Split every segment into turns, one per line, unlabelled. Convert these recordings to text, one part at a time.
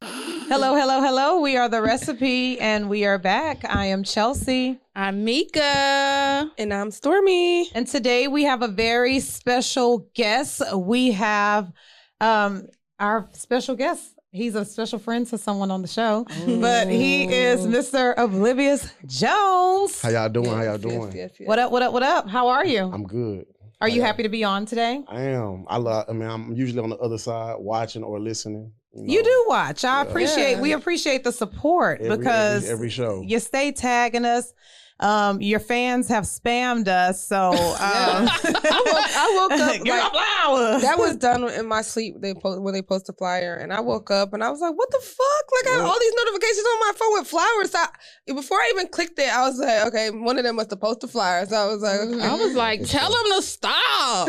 Hello, hello, hello. We are the recipe and we are back. I am Chelsea.
I'm Mika.
And I'm Stormy.
And today we have a very special guest. We have um, our special guest. He's a special friend to someone on the show, but he is Mr. Oblivious Jones.
How y'all doing? How y'all doing?
What up, what up, what up? How are you?
I'm good.
are you happy to be on today?
I am. I love. I mean, I'm usually on the other side, watching or listening.
You
know,
do watch. I appreciate,
Yeah.
we appreciate the support
every, every-
because
every, show.
you stay tagging us. Um, your fans have spammed us, so um,
I woke, I woke up
Give
like,
a flower.
that was done in my sleep. They post when they post a flyer, and I woke up and I was like, "What the fuck?" Like I had all these notifications on my phone with flowers. I, before I even clicked it, I was like, "Okay, one of them must have posted flyers." I was like, okay.
I was like, tell him to stop.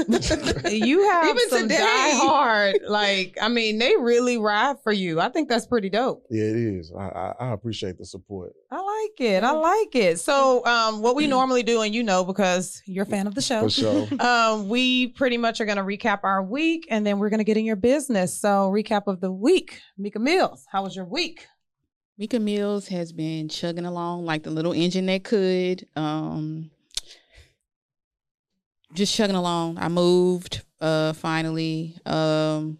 you have
Even
some
today.
die hard. Like, I mean, they really ride for you. I think that's pretty dope.
yeah, it is. I, I, I appreciate the support.
I like it. I like it. So, um, what we normally do, and you know, because you're a fan of the show,
For sure.
um, we pretty much are going to recap our week, and then we're going to get in your business. So, recap of the week. Mika Mills, how was your week?
Mika Mills has been chugging along like the little engine that could. Um, just chugging along. I moved uh, finally, um,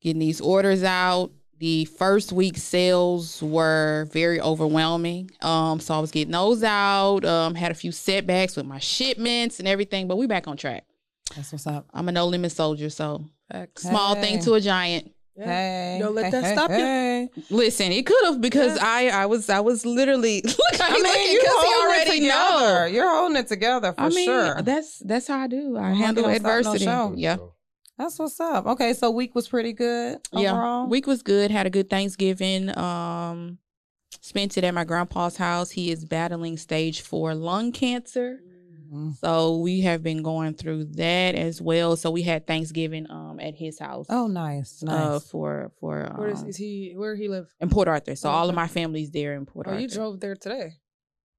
getting these orders out. The first week sales were very overwhelming. Um, so I was getting those out, um, had a few setbacks with my shipments and everything, but we back on track.
That's what's up.
I'm a no limit soldier, so
Facts.
small
Hey.
thing to a giant.
Yeah.
Hey,
Don't let
hey,
that
hey,
stop you.
hey.
Listen, it could have because I I was I was literally look how
I
he
mean,
looking
you
because he
holding it
already
together.
know.
You're holding it together for
I mean,
sure.
that's that's how I do. I
I'm not
handle
gonna stop no
adversity.
show.
yeah,
That's what's up. Okay, so week was pretty good
yeah.
overall.
Week was good. Had a good Thanksgiving. Um, spent it at my grandpa's house. He is battling stage four lung cancer.
Mhm.
So we have been going through that as well. So we had Thanksgiving um at his house.
Oh, nice, nice.
Uh, for for um,
Where is, is he? Where he live?
in Port Arthur. So
Oh,
all of
okay.
my family's there in Port
Oh,
Arthur.
you drove there today.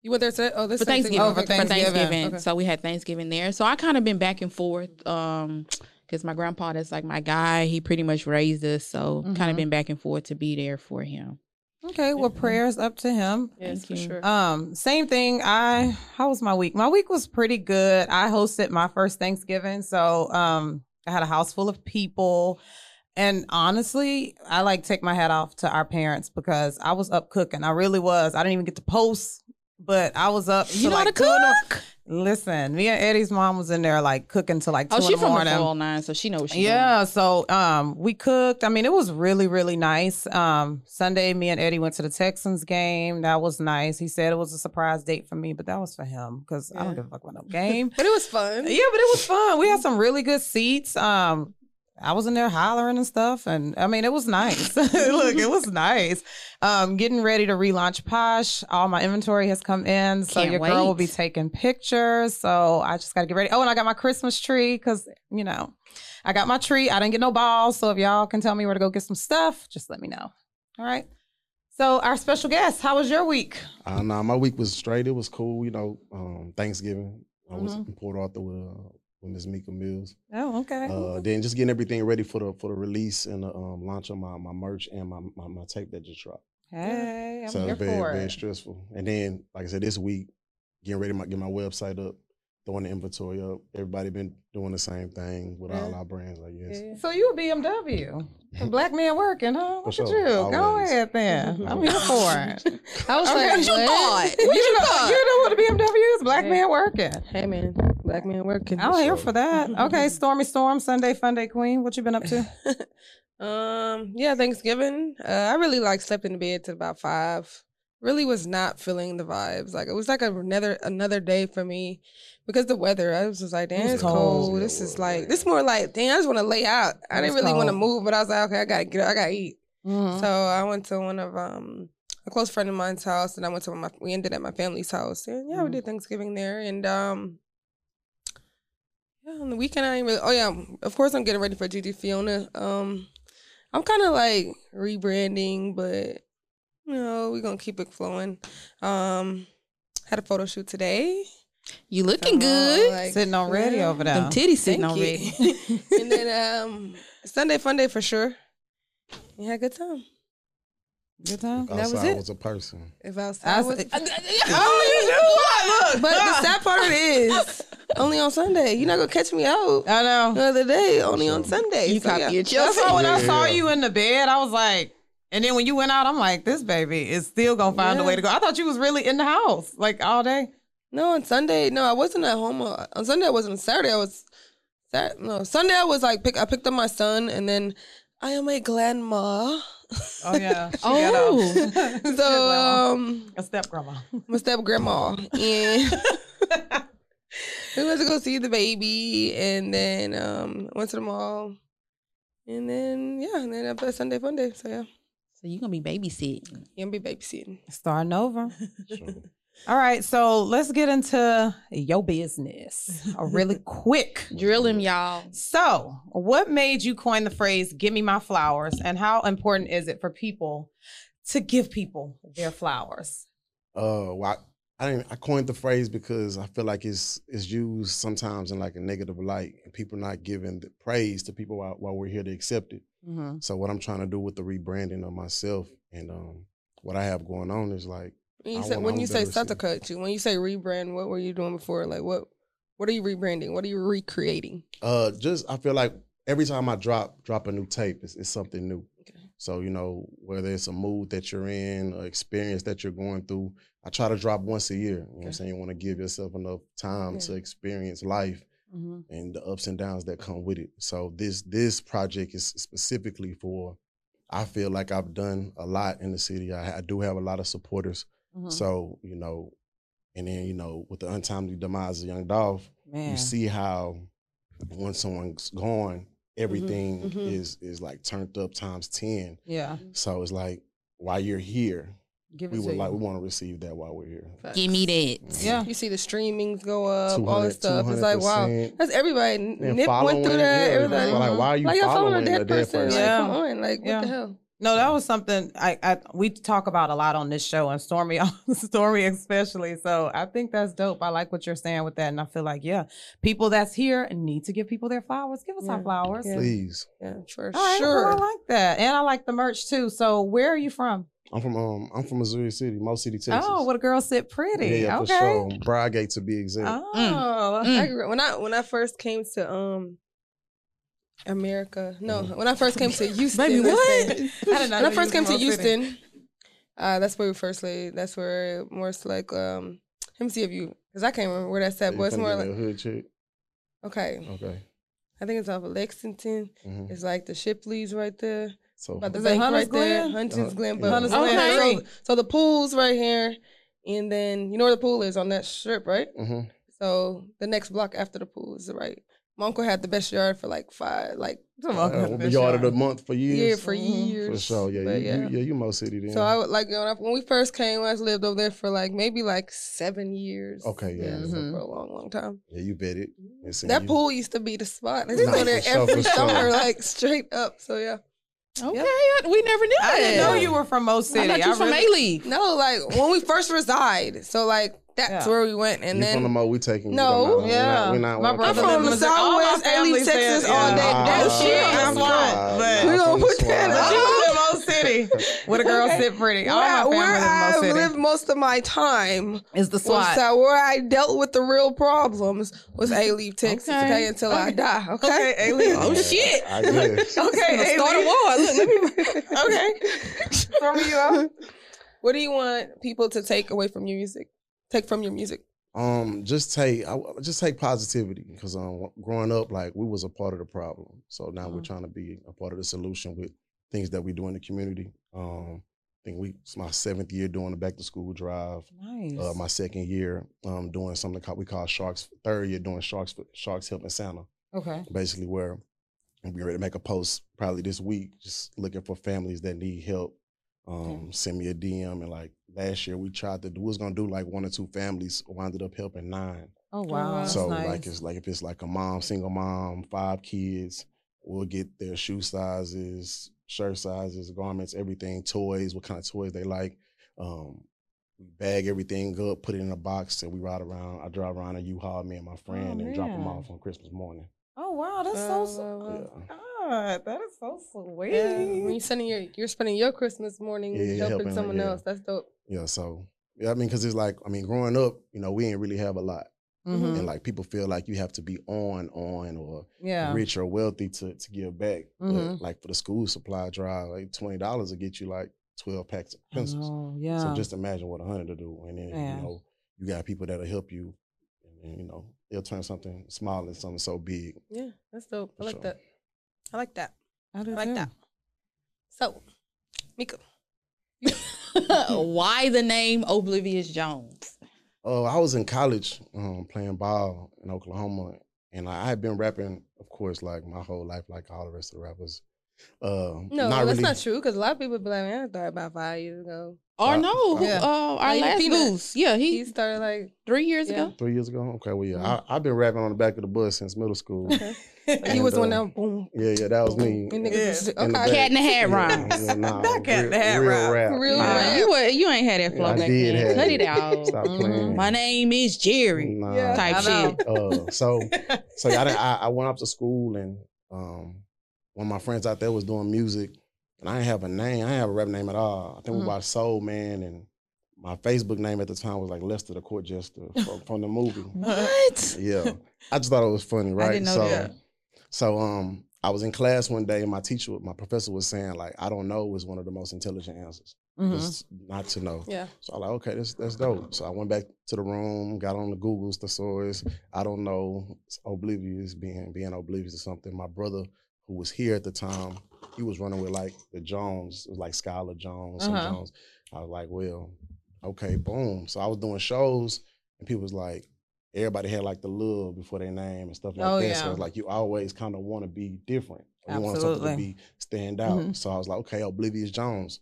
You went there today. Oh, this
for Thanksgiving.
Oh, for
for Thanksgiving.
Thanksgiving.
Okay.
So we had Thanksgiving there. So I kind of been back and forth. Um, because my grandpa that's like my guy. He pretty much raised us. So kind
Mhm.
of been back and forth to be there for him.
okay, well, prayers up to him.
Yes,
Thank
for
you.
sure.
Um, same thing. I how was my week? My week was pretty good. I hosted my first Thanksgiving, so um, I had a house full of people, and honestly, I like take my hat off to our parents because I was up cooking. I really was. I didn't even get to post, but I was up.
You
to
know how
like
to
two in the-
cook?
Listen, me and Eddie's mom was in there like cooking till like two
Oh,
in
she
the
from
morning.
the 409, so she knows what she doing.
Yeah, so um we cooked. I mean, it was really really nice. Um Sunday me and Eddie went to the Texans game. That was nice. He said it was a surprise date for me, but that was for him cuz I don't
Yeah.
give a fuck about no game.
But it was fun.
yeah, but it was fun. We had some really good seats. Um I was in there hollering and stuff and I mean, it was nice. Look, it was nice. Um getting ready to relaunch Posh. All my inventory has come in, so
Can't
your girl will be
wait.
taking pictures. So I just got to get ready. Oh, and I got my Christmas tree cuz you know, I got my tree. I didn't get no balls. So if y'all can tell me where to go get some stuff, just let me know. All right. So our special guest, how was your week?
Uh, nah, my week was straight. It was cool. You know, um, Thanksgiving. I was
Mhm.
in Port Arthur with uh, with Miss Mika Mills.
Oh, okay.
Uh, then just getting everything ready for the for the release and the um, launch of my, my merch and my, my my tape that just dropped.
hey, I'm
so
here
it's very
for
very
it.
stressful. And then, like I said, this week getting ready to my, get my website up, throwing the inventory up. Everybody been doing the same thing with all
Yeah.
our brands, I guess.
Yeah.
So you a BMW, a black man working, huh? Look
For
at
sure,
you. Go
always.
ahead then. I'm here for it.
I was
Okay.
like,
What you
what?
you,
you
know,
thought?
you know what a BMW is? Black
Hey.
man working.
Hey man, black man working.
I'm here for that. Okay, Stormy Storm, Sunday Fun Day Queen. What you been up to?
um, yeah, Thanksgiving. Uh, I really like slept in bed till about five. Really was not feeling the vibes. Like it was like another another day for me because the weather. I was just like, damn,
was
it's
cold.
cold. This
Yeah,
is
well,
like
yeah.
this more like damn. I just want to lay out. I
It
didn't
was
really want to
cold.
move, but I was like, okay, I gotta get up. I gotta eat.
Mhm.
Mm-hmm.
So I went to one of um a close friend of mine's house, and I went to my we ended at my family's house, and yeah, we
Mm-hmm.
Mhm.
did Thanksgiving there, and um. Yeah, on the weekend I ain't really. Oh yeah, of course I'm getting ready for Gigi Fiona. Um, I'm kind of like rebranding, but you know we gonna keep it flowing. Um, had a photo shoot today.
You looking good.
So, like,
Sitting on ready
yeah.
over
Them
there.
titties sitting
Thank
on
you.
ready.
and then um, Sunday fun day for sure. You had a good time.
Good time.
Outside
That was it.
was a person.
If outside
I
was,
was-
uh,
oh, you do.
but
Look, but
the sad part of it is,
only on Sunday. You're not gonna catch me out
I know.
the other day. Only on Sunday.
You copy your
That's why when I
Yeah.
saw you in the bed, I was like, and then when you went out, I'm like, this baby is still gonna find a
Yeah.
way to go. I thought you was really in the house like all day.
No, on Sunday. No, I wasn't at home. uh, On Sunday, I wasn't. Saturday, I was. Sat, no, Sunday I was like pick. I picked up my son, and then I am a grandma.
Oh yeah.
Oh.
So um,
a step grandma.
my step grandma, and we went to go see the baby, and then um, went to the mall, and then yeah, and then after Sunday fun day. So yeah,
So you're gonna be babysitting.
you gonna be babysitting.
Starting over.
So,
All right, so let's get into your business uh, really quick.
Drill him, y'all.
So, what made you coin the phrase "Give me my flowers," and how important is it for people to give people their flowers?
uh, well, I, I didn't. I coined the phrase because I feel like it's it's used sometimes in like a negative light, and people not giving the praise to people while, while we're here to accept it.
Mm-hmm.
So what I'm trying to do with the rebranding of myself and um, what I have going on is like
When you
I
say
want-
when
I'm
you say
better
stop to
too.
cut you, when you say rebrand, what were you doing before? Like what? What are you rebranding? What are you recreating?
Uh, just I feel like every time I drop drop a new tape, it's, it's something new.
Okay.
So you know whether it's a mood that you're in, or experience that you're going through, I try to drop once a year. You know what I'm
Okay.
saying? You want to give yourself enough time
Yeah.
to experience life
Mm-hmm.
and the ups and downs that come with it. So this this project is specifically for. I feel like I've done a lot in the city. I, I do have a lot of supporters.
Mm-hmm.
So you know, and then you know with the untimely demise of Young Dolph,
Man,
you see how when someone's gone, everything
mhm.
is is like turned up times ten.
yeah,
So it's like while you're here,
give it
we
to
would
you.
like we want to receive that while we're here.
Give me that.
yeah,
You see the streamings go up, uh, all this stuff. It's like wow,
200%.
that's everybody.
And
Nip went through
following,
that.
yeah,
everything.
it's Like why are you
Like, y'all
following
following a dead person. Like,
Yeah.
come on. Like, what
Yeah.
the hell?
No, that was something I, I we talk about a lot on this show and Stormy Stormy especially. So I think that's dope. I like what you're saying with that, and I feel like yeah, people that's here need to give people their flowers. Give us our
Yeah.
flowers.
Yeah.
Please,
Yeah, for
All right,
sure.
well, I like that, and I like the merch too. So where are you from?
I'm from um I'm from Missouri City, Mo City, Texas.
Oh, what a girl sit pretty.
Yeah, yeah,
okay.
for sure. Bryagate to be exact.
Oh,
Mm.
I grew- when I when I first came to um America, no,
Mm.
when I first came to Houston,
Baby,
let's
what?
say.
I did not
when I
know
first
you
came
was
to
from Oak City.
Houston, uh, that's where we first laid. That's where more it's like um, let me see if you because I can't remember where that's at,
You
but it's
finna
more
give me
like
a hood chick.
okay,
Okay.
I think it's off of Lexington.
hmm
It's like the Shipleys right there.
So
By the
Is it
bank
Hunter's
right there,
Glen?
Huntington's
Uh,
Glen.
yeah.
But
Hunter's
okay.
Glen.
So, so the pool's right here, and then you know where the pool is on that strip, right?
mhm.
So the next block after the pool is the right. My uncle had the best yard for like five, like
Come on,
Yeah, we'll be
Miss
Uh, yard
Yard.
of the month for years.
year for
Mhm.
years.
For sure, yeah,
But
you, yeah. You, yeah, you Mo City then.
So I would like when, I, when we first came, I lived over there for like maybe like seven years.
Okay, yeah,
so
Mhm.
for a long, long time.
yeah, you bet it. It's in
Mm-hmm. that
you.
pool used to be the spot. I
Nah,
just go there
for sure,
every
for sure.
summer, like straight up. So yeah.
Okay, I- we never knew that.
I didn't know you were from Oak
I
City.
thought you were from
really-
A League.
No, like when we first reside. So like that's
Yeah.
where we went, and
you
then
from the Mo? We taking you.
No.
Don't matter.
Yeah.
we're not.
My
we're
brother lives
not
I'm
in
from the
Missouri. All my
Southwest,
family
LA, Texas,
says-
all
Yeah.
day. That
Ah,
shit,
yeah,
I'm
yeah.
not.
but-
we
We
don't
gonna put that
But
out.
you live in Oak City. Where the girl
Okay.
sit pretty. All
where, I-
my family live
where
in
I
Oak City.
lived most of my time
is the
was
SWAT.
so- where I dealt with the real problems was A Leave Texas,
Okay.
okay, until I die. Okay.
Okay, A-Leave.
Oh shit.
I
Okay,
guess.
Gonna start a
A-Leave.
war. Look, let me
Okay. Throw me off.
What do you want people to take away from your music? Take from your music.
Um, just take I, just take positivity because um, growing up, like we was a part of the problem. So now
Mm-hmm.
we're
Mhm.
trying to be a part of the solution with things that we do in the community. Um, I think we it's my seventh year doing the back to school drive.
Nice.
Uh, my second year um, doing something called, we call sharks. Third year doing sharks sharks helping Santa.
okay.
basically where I'm getting ready to make a post probably this week, just looking for families that need help. Um, Send me a DM. And like last year, we tried to do, we was going to do like one or two families, wound up helping nine.
Oh wow.
That's
so
nice.
like, it's like if it's like a mom, single mom, five kids, we'll get their shoe sizes, shirt sizes, garments, everything, toys, what kind of toys they like. Um, we bag everything up, put it in a box, and we ride around. I drive around a U-Haul, me and my friend, and drop them
Oh, man.
off on Christmas morning.
oh wow, that's so.
Uh,
so
Yeah.
God, that is so sweet.
Yeah, when you're spending your you're spending your Christmas morning
Yeah,
helping,
helping, like,
someone
yeah.
else. That's dope.
Yeah, so yeah, I mean, because it's like I mean, growing up, you know, we didn't really have a lot,
Mhm.
and like people feel like you have to be on, on, or
Yeah.
rich or wealthy to to give back.
Mhm.
But like for the school supply drive, like twenty dollars will get you like twelve packs of
I
pencils.
know, Oh, yeah.
So just imagine what a hundred will do, and then
Yeah.
you know you got people that'll help you, and, then, you know they'll turn something small into something so big.
Yeah, that's dope. I
For
like
sure.
that. I like that.
I do
I like
too.
that. So, Mika,
Why the name Oblivious Jones?
Oh, I was in college um, playing ball in Oklahoma, and I I had been rapping, of course, like my whole life, like all the rest of the rappers. Uh,
no, that's
not really.
not true because a lot of people be like, man, I started about five years ago.
Or
Uh,
no, who,
yeah.
uh, our
Like
last
Peanut.
goose. Yeah, he,
He started like,
three years
Yeah.
ago.
Three years ago? Okay, well,
Mm-hmm.
yeah. I, I've been rapping on the back of the bus since middle school.
okay. he
And,
was the one
uh,
that boom.
Yeah, yeah, that was me.
boom, and niggas
Yeah.
was just-
In the
okay.
back.
Cat in the hat
Yeah,
rhymes.
yeah, nah,
That cat in the
real-
hat
real
rap.
rap.
Real
Nah,
rap.
Uh, you were, you ain't had that flow
I
back
did
then.
have
Cut
it.
it out.
Stop
Mhm.
playing.
My name is Jerry.
Nah.
Yeah.
Type
I know.
shit.
uh, so so yeah, I, done- I I went off to school and um, one of my friends out there was doing music and I didn't have a name. I didn't have a rap name at all. I think
Mm-hmm.
Mhm.
we bought Soul Man and my Facebook name at the time was like Lester the Court Jester from, from the movie.
What?
Yeah, I just thought it was funny, right?
didn't know
so
that.
so um, I was in class one day and my teacher, my professor was saying like, I don't know is one of the most intelligent answers.
Mm-hmm.
Mhm.
Just not to know.
Yeah.
So I'm like, okay, that's that's dope. So I went back to the room, got on the Google's thesaurus. I don't know, it's oblivious, being being oblivious to something. My brother, who was here at the time, he was running with like the Jones, it was like Skylar Jones, some
Uh-huh.
Jones. I was like, well, okay, boom. So I was doing shows, and people was like, everybody had like the love before their name and stuff like
Oh,
that. So
yeah.
it's like you always kind of want to be different. You want something to
Absolutely.
be stand out.
Mhm.
So I was like, okay, oblivious Jones.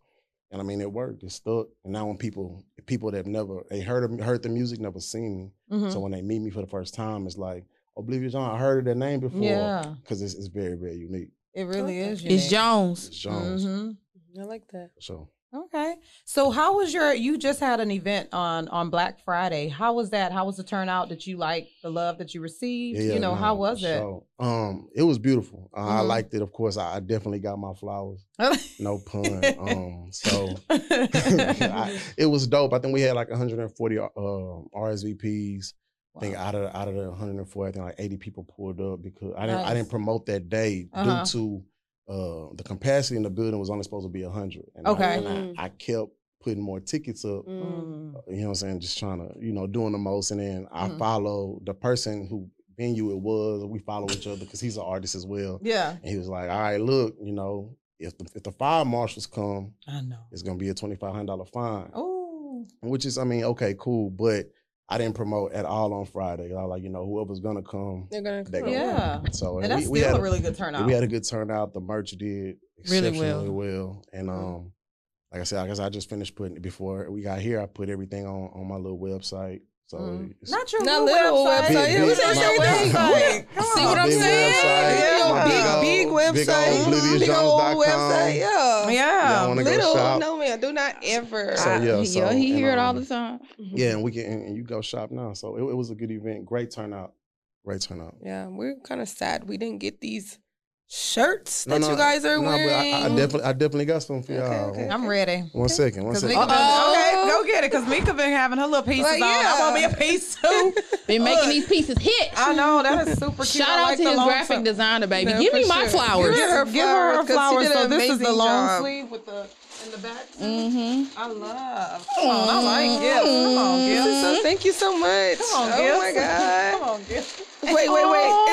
And I mean, it worked. It stuck. And now when people people that have never they heard of, heard the music, never seen me.
Mhm.
So when they meet me for the first time, it's like Oblivious John. I heard of that name before.
Yeah.
Cause it's, it's very very unique.
It really
Okay.
is.
It's Jones.
It's Jones.
hmm
I like that.
So
Okay. So how was your you just had an event on on Black Friday. How was that? How was the turnout? Did you like the love that you received?
yeah,
you know, how
nah,
was
for
it?
sure. um, it was beautiful. Uh, I
Mhm.
liked it. Of course, I, I definitely got my flowers. No pun. um, so. I, it was dope. I think we had like 140 um, RSVPs. I think
Wow.
out of out of the 104, I think like 80 people pulled up because I didn't I
Nice.
didn't promote that day
Uh-huh.
due to uh, the capacity in the building was only supposed to be 100. And I,
Okay.
and I, I kept putting more tickets up.
Mm.
Mm.
You know what I'm saying? Just trying to you know doing the most, and then I
Mhm.
follow the person who venue it was. We follow each other because he's an artist as well.
Yeah.
And he was like, "All right, look, you know, if the if the fire marshals come,
I know.
it's gonna be a twenty five hundred dollar fine."
Oh.
which is I mean, okay, cool, but I didn't promote at all on Friday. I was like, you know, whoever's gonna come,
They're gonna
they
come.
gonna
Yeah.
come. So
And that's
we, we
still
had
a really good turnout.
we had a good turnout. The merch did
Really
exceptionally well. and um, like I said, I guess I just finished putting before we got here. I put everything on on my little website. So
Mhm.
it's-
Not your
Not
little
little
website.
website. Yeah, we
Big-
said
big
everything.
website. Come
See
on.
what I'm
big
saying?
website,
my
Yeah.
Big,
big
big
old-
website.
big old
Big old
ObliviousJones.com.
website. Yeah.
Yeah.
wanna- go
Little.
shop.
No, man. Do not ever.
So, yeah,
I-
so,
he
and,
hear it all
um,
the time.
yeah, and we can and, and you go shop now. So it, it was a good event. Great turnout. Great turnout.
Yeah, we're kind of sad we didn't get these shirts
No,
that
no,
you guys are
no, but
wearing.
I, I definitely I definitely got some for
Okay,
y'all.
okay.
I'm ready.
One second, one
Cause
second.
Mika been, okay,
Uh-oh.
go get it. Cause Mika been having her little pieces
Like,
on. I want me
yeah.
a piece too.
Been making these pieces hit.
I know that is super cute.
Shout
I
out
like
to
the
his
long
graphic
sleeve.
designer, baby.
No,
Give
for
me my
sure.
flowers.
Give her
Give her her
flowers, 'cause she
flowers.
did
So
an
this is the
amazing
long
job.
sleeve with the in the back. too.
Mm-hmm.
I love. Come on, I like gifts. Come on, gifts.
So thank you so much.
Come on,
Mm-hmm. oh
gifts.
my god.
Come on, gifts.
Wait, wait, wait. Is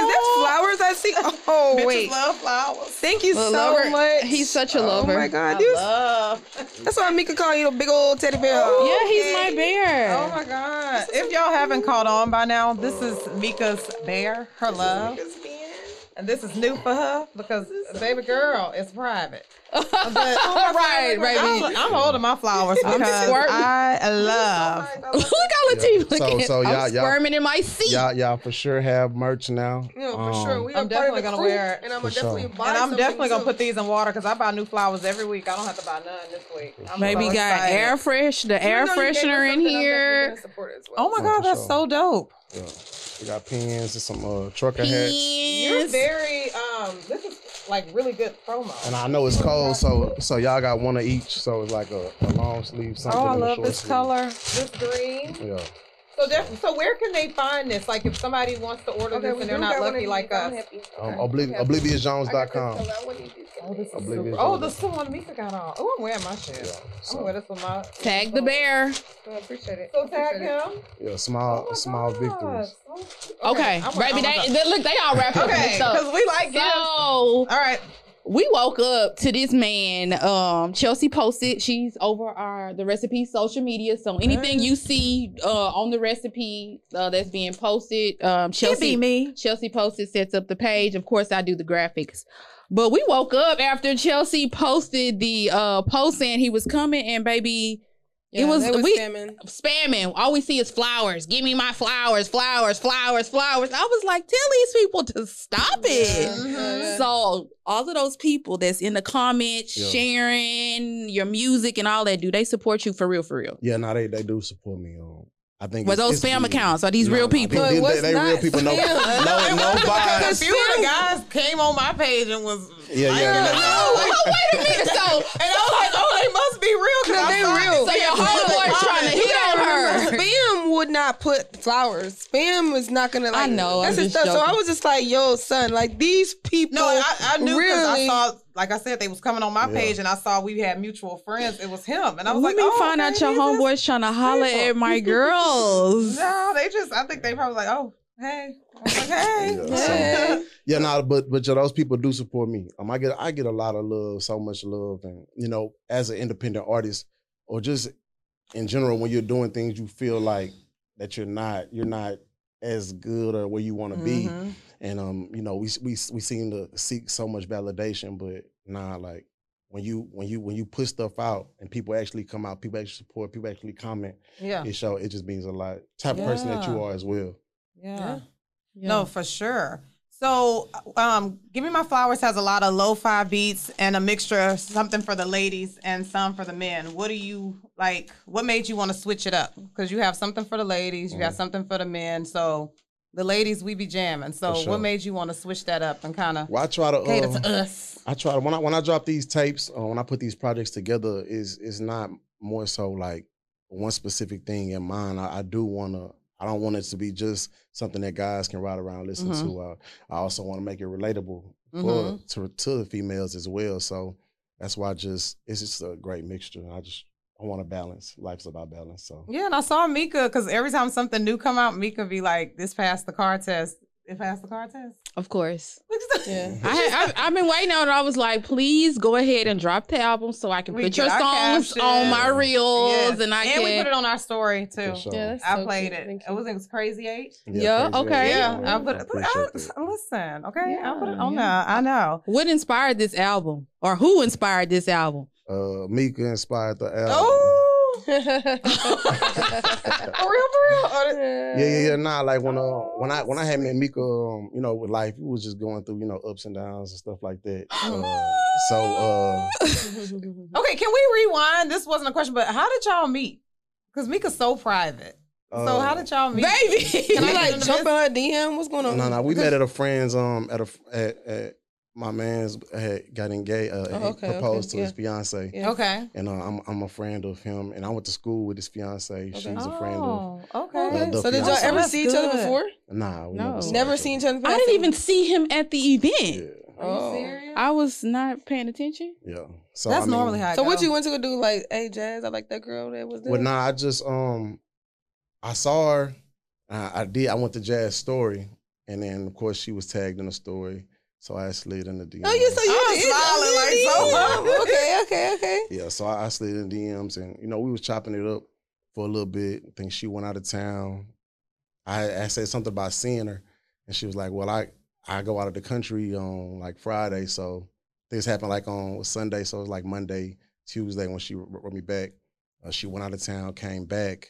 that flowers I see? Oh
Bitches
wait.
love flowers.
Thank you so
Little lover.
much.
He's such a
Oh
lover.
my god.
I
You-
love.
that's why Mika call you the big old teddy bear.
Yeah, he's my bear.
Oh my god! If y'all haven't caught on by now, this is Mika's bear, her love,
Mika's bear.
and this is new for her because baby girl is private. But,
right,
I'm,
baby.
I'm holding my flowers
I'm
because
squirting.
I
Oh
love.
my god.
Look how
Yeah.
Latif
So-
looking.
so y'all-
I'm
y'all-
squirming in my seat.
Y'all, y'all for sure have merch now.
Yeah, for sure.
Um,
We
I'm
are part of
definitely
the
gonna
crew,
wear it.
and I'm
For
gonna definitely
sure.
buy
And I'm
something
definitely gonna
too.
put these in water because I buy new flowers every week. I don't have to buy none this week. I'm
Maybe
so
got
excited.
air fresh, the
Even
air
though you gave us
freshener in
something, I'm definitely
here.
gonna support it as well.
Oh my
Oh,
god,
for
that's
sure.
so dope.
yeah. we got pins and some uh, trucker hats.
You're
Pins.
very um. This is like really good promo.
And I know it's cold, so so y'all got one of each. So it's like a, a long sleeve, something.
oh, I
and a
love
short
this
sleeve.
color, this green.
Yeah.
So, def- so where can they find this? Like, if somebody wants to order this and they're not lucky like us.
Um, Obliv- ObliviousJones.com.
Oh, this is
I believe
super-
it's
Oh,
over.
this is the one Mika got on. Oh, I'm wearing my shit.
Yeah,
I'm gonna wear
so,
this with my.
Tag the bear.
So appreciate it.
So tag him.
yeah,
Oh
small
my
small
God.
victories.
Oh,
Okay,
I'm-
baby,
I'm-
they, they- look, they all wrapped up.
Okay,
Okay, so,
because we like gifts.
so
All right.
we woke up to this man. Um, Chelsea posted she's over our the recipe social media. So anything you see uh on the recipe uh, that's being posted, um, Chelsea
me.
Chelsea posted sets up the page. Of course, I do the graphics. But we woke up after Chelsea posted the uh post saying he was coming, and baby,
Yeah,
it was,
they was
we
scamming.
spamming. All we see is flowers. Give me my flowers, flowers, flowers, flowers. I was like, tell these people to stop
Yeah,
it.
yeah.
So all of those people that's in the comments
Yeah.
sharing your music and all that, do they support you for real? For real?
Yeah, no, they they do support me. Um, I think
Were
it's-
those
it's
spam
good.
accounts? Are these
No,
real
no, they-
people?
But
They,
what's
they, they real
not
people. No,
spam?
no, no
Because
vibes.
a few of the guys came on my page and was.
Yeah, yeah, no,
Oh, like,
Oh, wait a minute. So
and I was like, oh, they must be real. Cause
No,
I
they
saw it.
real.
So your homeboy trying to
You
hit
gotta
on
remember,
her.
Spam would not put flowers. Spam is not gonna like.
I know,
That's
I'm
his
just
stuff. So I
joking.
was just like, yo, son, like these people.
No, and I, I knew because
really.
I saw, like I said, they was coming on my
Yeah.
page, and I saw we had mutual friends. It was him, and I was
Let
like,
me
oh,
find
okay,
out your
he's just-
homeboy's trying to holler
people.
at my girls.
No, they just. I think they probably like, oh, hey, I was like, hey,
Yeah,
Hey.
Yeah, no, but but yeah, those people do support me. Um, I get I get a lot of love, so much love, and you know, as an independent artist, or just in general, when you're doing things, you feel like that you're not you're not as good or where you want to be,
Mm-hmm.
Mhm.
and um, you know, we we we seem to seek so much validation, but nah, like when you when you when you put stuff out and people actually come out, people actually support, people actually comment,
Yeah,
it show it just means a lot. Type of person that you
Yeah.
are as well.
yeah. No, for sure. So, um, Give Me My Flowers has a lot of lo fi beats and a mixture of something for the ladies and some for the men. What do you like? What made you want to switch it up? Because you have something for the ladies, you got
Mm-hmm.
something for the men. So, the ladies, we be jamming. So,
For sure.
what made you want to switch that up and kind of
Well, I try to
cater
uh,
to us?
I try to when I when I drop these tapes, uh, when I put these projects together, is is not more so like one specific thing in mind. I, I do want to. I don't want it to be just something that guys can ride around and listen
Mhm.
to. I, I also want to make it relatable
Mhm.
for, to to the females as well. So that's why I just it's just a great mixture. I just I want to balance. Life's about balance. So
Yeah, and I saw Mika because every time something new come out, Mika be like, "This passed the car test. It passed the car test."
Of course.
Yeah.
I, had- I, I've been waiting on it. I was like, please go ahead and drop the album so I can
We
put
get
your
our
songs
captions.
on my reels
Yes.
and I
and we
can.
put it on our story too.
for sure.
Yeah, that's
I
so
played
cute.
it.
Thank
It
you.
was it was crazy eight.
Yeah,
crazy.
okay.
Yeah, I put,
I
put
appreciate
out.
that.
Listen, okay, I put it
Yeah,
on
yeah.
there. I know.
what inspired this album? Or who inspired this album?
Uh, Mika inspired the album.
Oh,
yeah,
for real, for real. Oh, that-
Yeah, yeah, yeah. Nah, like when uh when I when I had met Mika, um, you know, with life, we was just going through, you know, ups and downs and stuff like that. Uh, so uh
okay, can we rewind? This wasn't a question, but how did y'all meet? Because Mika's so private. so
uh,
how did y'all meet?
Baby.
Can
Yeah.
I like jump in her DM? What's going
No,
on?
no, uh, we met at a friend's um at a at, at my man's had got engaged uh, and
Oh, okay,
proposed
okay,
to his fiance.
Yeah.
Okay.
And uh, I'm I'm a friend of him and I went to school with his fiance. She's a friend of
oh, okay.
Okay.
So did y'all
Oh,
ever
that's
see each other
good.
before?
Nah, we
No.
never, saw
Never
each
seen each
other.
other.
I didn't even see him at the event.
Yeah.
Are
Oh.
you serious?
I was not paying attention.
Yeah. So
That's
I mean,
normally how. It
So
go.
what you went to go do? Like, hey, Jazz, I like that girl that was there.
Well, nah, I just um, I saw her. I, I did. I went to Jazz Story, and then of course she was tagged in the story, so I slid in the DM.
Oh, you so you
I'm
did-
smiling
oh, you
like
did.
so.
Okay, okay, okay.
yeah, so I, I slid in DMs, and you know we was chopping it up for a little bit. I think she went out of town. I, I said something about seeing her, and she was like, "Well, I I go out of the country on like Friday, so this happened like on Sunday, so it was like Monday, Tuesday when she wrote me back. Uh, she went out of town, came back,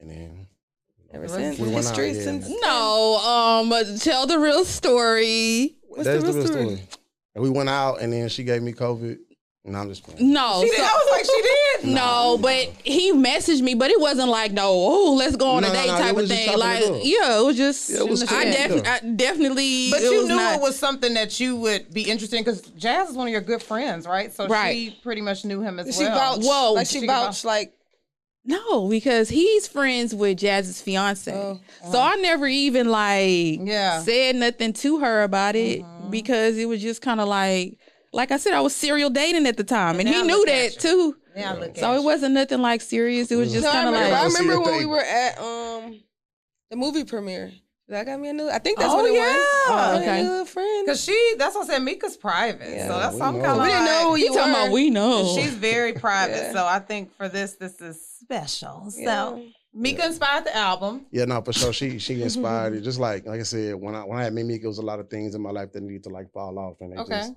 and then."
Ever
We
since
went out,
history
yeah.
since
No, um, tell the real story.
What's the real story?
And we went out, and then she gave me COVID, And I'm just playing.
No,
She
so-
did. I was like, she did.
no, but he messaged me, but it wasn't like no, oh, let's go on
No,
a
no,
date
no, it
type of
was just
thing.
chopping
Like,
it up.
yeah, it was just.
it was
I,
cool.
def-
Yeah.
I definitely.
But you
was
knew
not-
it was something that you would be interested in because Jazz is one of your good friends, right? So she
Right.
pretty much knew him as
She
well.
vouched.
Whoa.
Like she
She
vouched. Like
No, because he's friends with Jazz's fiance.
Oh,
So I never even like
Yeah. Mm-hmm.
said nothing to her about it because it was just kind of like like I said I was serial dating at the time and
now
he knew
look at
that
you.
too.
Yeah, look
So
at
it
you.
wasn't nothing like serious. It was
Mm-hmm.
just
no, I
kind of
remember. I
like
Let's see
remember
the
when we
thing.
were at um the movie premiere. That got me a new. I think that's
Oh,
what it
yeah.
was.
Oh,
I got
okay.
a new friend.
Because she, that's what I said, Mika's private.
Yeah,
so that's
we
why I'm
know.
kind of
We
like,
didn't know who
he
you
talking about
were.
we know.
She's very private.
Yeah.
So I think for this, this is special. So
Yeah.
Mika inspired the album.
Yeah, no, for sure. She she inspired it. Just like like I said, when I when I had Mimi, it was a lot of things in my life that needed to like fall off, and they
Okay.
just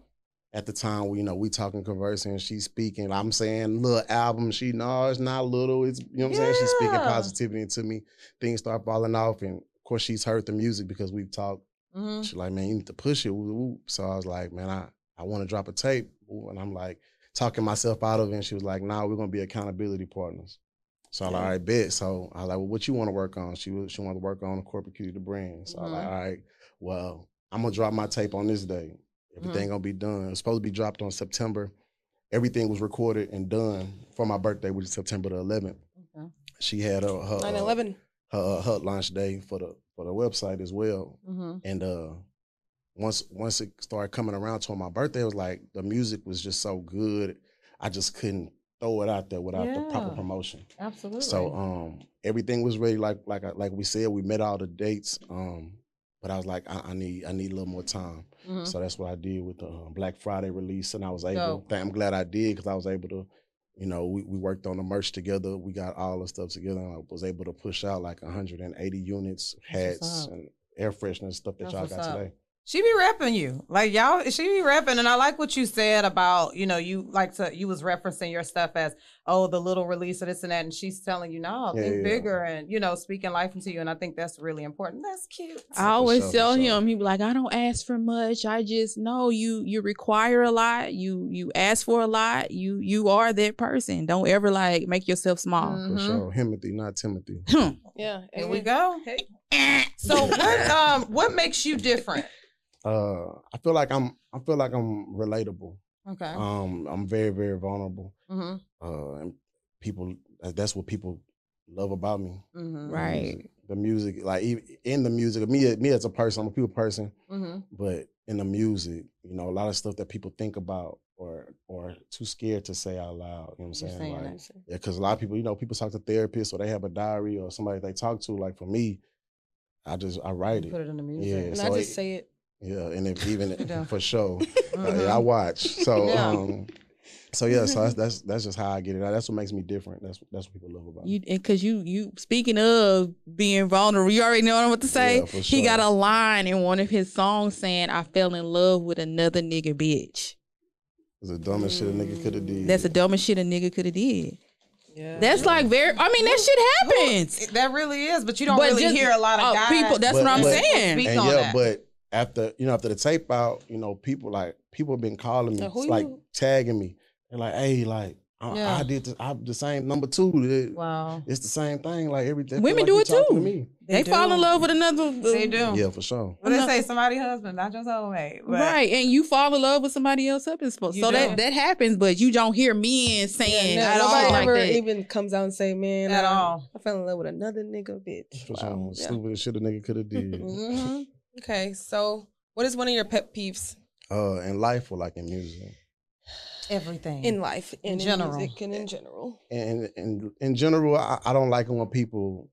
at the time we you know we talking conversing, she's speaking. I'm saying little album. She no, it's not little. It's you know what I'm saying. She's speaking
Yeah.
positivity to me. Things start falling off, and of course she's heard the music because we've talked.
Mm.
Mhm.
She's like, man, you need to push it. woo, woo. So I was like, man, I, I want to drop a tape. Ooh, And I'm like, talking myself out of it. And she was like, nah, we're going to be accountability partners. So I was like, all right, bet. So I was like, well, what you want to work on? She was, she wanted to work on the corporate cutie, the brand. So I was like,
Mhm.
Mm-hmm.
all right, well, I'm going to drop my tape on this day.
Mm-hmm.
Everything going to be done. It was supposed to be dropped on September. Everything was recorded and done for my birthday, which is September the 11th.
Okay.
She had her, her,
Nine
her,
eleven.
her, uh, her launch day for the, for the website as well.
Mhm.
And uh once once it started coming around to my birthday, it was like the music was just so good. I just couldn't throw it out there without the proper
Yeah.
promotion.
Absolutely.
So um everything was ready like like I- like we said, we met all the dates. Um but I was like, I, I need I need a little more time.
Mhm.
So that's what I did with the um, Black Friday release, and I was able.
Dope.
I'm glad I did because I was able to, you know, we, we worked on the merch together. We got all the stuff together. And I was able to push out like 180 units,
That's what's
hats,
up.
and air fresheners stuff that
That's
y'all
what's
got
up.
today.
She be repping you. Like y'all she be repping and I like what you said about, you know, you like to you was referencing your stuff as, oh, the little release of this and that and she's telling you, no,
Yeah,
think
yeah, yeah.
bigger and you know, speaking life into you. And I think that's really important. That's cute.
I always
sure, for
tell
sure.
him, he be like, I don't ask for much. I just know you you require a lot. You you ask for a lot. You you are that person. Don't ever like make yourself small.
For
Mhm.
sure, Timothy, not Timothy.
Mm.
Yeah.
Here we go.
Hey.
Hmm.
So what um what makes you different?
Uh, I feel like I'm. I feel like I'm relatable.
Okay.
Um, I'm very, very vulnerable.
hmm
Uh, and people. That's what people love about me.
hmm
the
Right.
music. The music, like even in the music, me me as a person, I'm a people person,
hmm
but in the music, you know, a lot of stuff that people think about or or too scared to say out loud. You know what I'm
You're
saying?
saying
like,
that.
Yeah, because a lot of people, you know, people talk to therapists or they have a diary or somebody they talk to. Like for me, I just I write
You
it.
put it in the music.
Yeah,
And
so
I
it-
just say it.
yeah, and if even
Yeah.
for sure,
Mhm.
Uh, I watch. So
Yeah.
um, so yeah, so that's, that's that's just how I get it. That's what makes me different. That's that's what people love about me.
You because you you speaking of being vulnerable, you already know what I'm about to say.
Yeah, for
He got
sure.
a line in one of his songs saying, "I fell in love with another nigga, bitch."
It's the dumbest shit a nigga could have did.
That's the dumbest shit a nigga could have did.
Yeah.
That's like very. I mean, that shit happens.
That really is, but uh, you don't
But
really
just-
hear a lot of
Oh,
guys.
people. That's
But-
what I'm
but-
saying.
Speak
and
on
yeah,
that.
but after you know after the tape out, you know people like people have been calling me,
Like, who
like
you-
tagging me. They're like, hey, like I,
Yeah.
I did the, I'm the same number two. It-
wow.
It's the same thing. Like everything.
Women
like
do
you
it
talking
too.
To me.
They,
do.
fall in love with another.
They do.
Yeah, for sure.
Well, they
No.
say somebody's husband, not your soulmate. But
right, and you fall in love with somebody else up and supposed.
You
So
do.
that that happens, but you don't hear men saying
Yeah,
at
no,
all
nobody
like
ever
that.
even comes out and say, "Man,
At
I,
all.
I fell in love with another nigga, bitch."
For
Wow.
sure.
Yeah.
Stupidest shit a nigga could have did.
Mhm.
Okay, so what is one of your pet peeves
uh, in life or like in music. Mm.
Everything.
in life,
In
and
general.
music and in general?
and and in general, I, I don't like it when people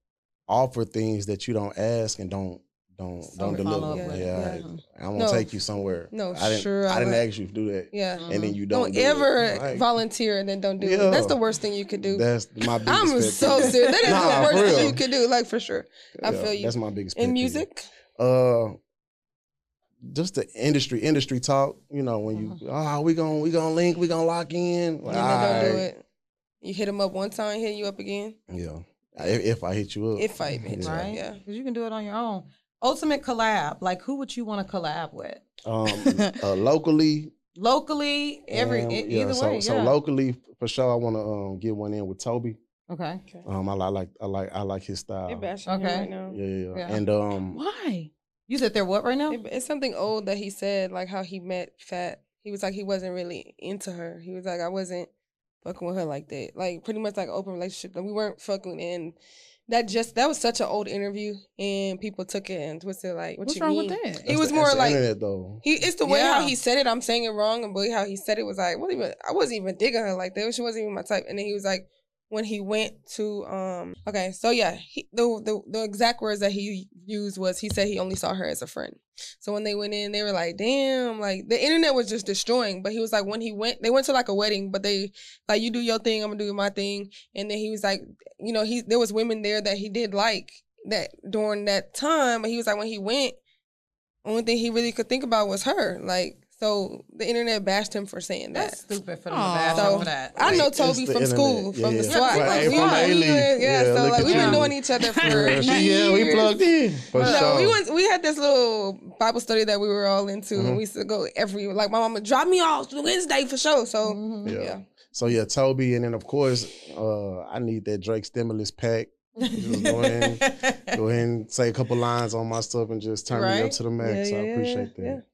offer things that you don't ask and don't don't
Don't
don't deliver.
follow up
Yeah,
with.
I- I, am gonna
No.
take you somewhere.
No,
I didn't,
sure I
I didn't
would.
ask you to do that,
Yeah,
and then you don't,
don't,
do it.
ever
Like,
volunteer and then don't do
Yeah.
it. That's the worst thing you could do.
That's my biggest.
I'm
pet
so
peeve.
serious. That is
Nah,
the worst
for
thing
real.
you could do, like for sure. I
Yeah,
feel you.
That's my biggest. pet
In
peeve.
music,
uh, just the industry industry talk. You know when you oh we gonna we gonna link we gonna lock in.
and
Like,
then Mm-hmm. don't do
alright.
it. You hit him up one time, hit you up again.
Yeah, if, if I hit you up,
If I hit you
Yeah.
up.
right?
Yeah.
Because you can do it on your own. Ultimate collab. Like, who would you want to collab with?
Um, uh, locally,
locally, every
And,
e-
Um, yeah,
either
so,
way.
So
yeah.
locally, for sure, I want to um, get one in with Toby.
okay.
Um, I, li- I like, I like, I like his style.
They
Yeah,
bashing him
Okay.
right now.
yeah, yeah.
Yeah.
And um,
Why?
You said they're what right now?
It- it's something old that he said, like how he met Fat. He was like he wasn't really into her. He was like I wasn't fucking with her like that. Like pretty much like open relationship. Like we weren't fucking and that just that was such an old interview and people took it and twisted like what
What's
you
wrong
mean?
with that?
that's
was
the-
more
that's the
like-
internet though.
He it's the way how
Yeah.
he said it. I'm saying it wrong, and but how he said it was like, what even? I wasn't even digging her like that. She wasn't even my type. And then he was like, when he went to um, okay, so yeah, he, the the the exact words that he used was he said he only saw her as a friend. So when they went in, they were like, damn, like the internet was just destroying. But he was like, when he went, they went to like a wedding, but they like you do your thing, I'm gonna do my thing. And then he was like, you know, he there was women there that he did like that during that time. But he was like, when he went only thing he really could think about was her. Like, so the internet bashed him for saying that.
That's stupid for them
Aw.
to bash
So,
him for that.
I know
It's the
Toby from
internet.
school,
Yeah,
from the
yeah.
SWAT.
Right,
Like,
hey,
we
from
were-
the
we were-
A-League.
yeah,
Yeah,
so
look
like
at
we've been
you.
knowing each other for
Yeah, she- yeah, we
years.
plugged in for
no,
sure.
we went. We had this little Bible study that we were all into, and
Mhm.
we used to go every. Like my mama drop me off Wednesday for sure. So
Mhm.
Yeah.
yeah,
So yeah, Toby, and then of course, uh, I need that Drake stimulus pack. Just go ahead, go ahead and say a couple lines on my stuff and just turn me up
Right?
to the max.
Yeah,
I
yeah,
appreciate
yeah,
that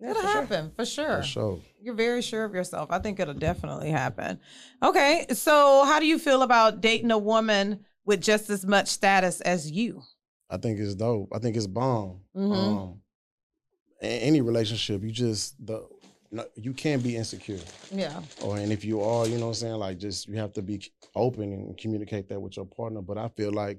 yeah,
It'll
for sure.
happen for sure.
for sure.
You're very sure of yourself. I think it'll definitely happen. Okay, so how do you feel about dating a woman with just as much status as you?
I think it's dope. I think it's bomb.
Mm-hmm.
Mhm.
Um, a- any relationship, you just the no, you can't be insecure,
Yeah.
or and if you are, you know what I'm saying. Like, just you have to be open and communicate that with your partner. But I feel like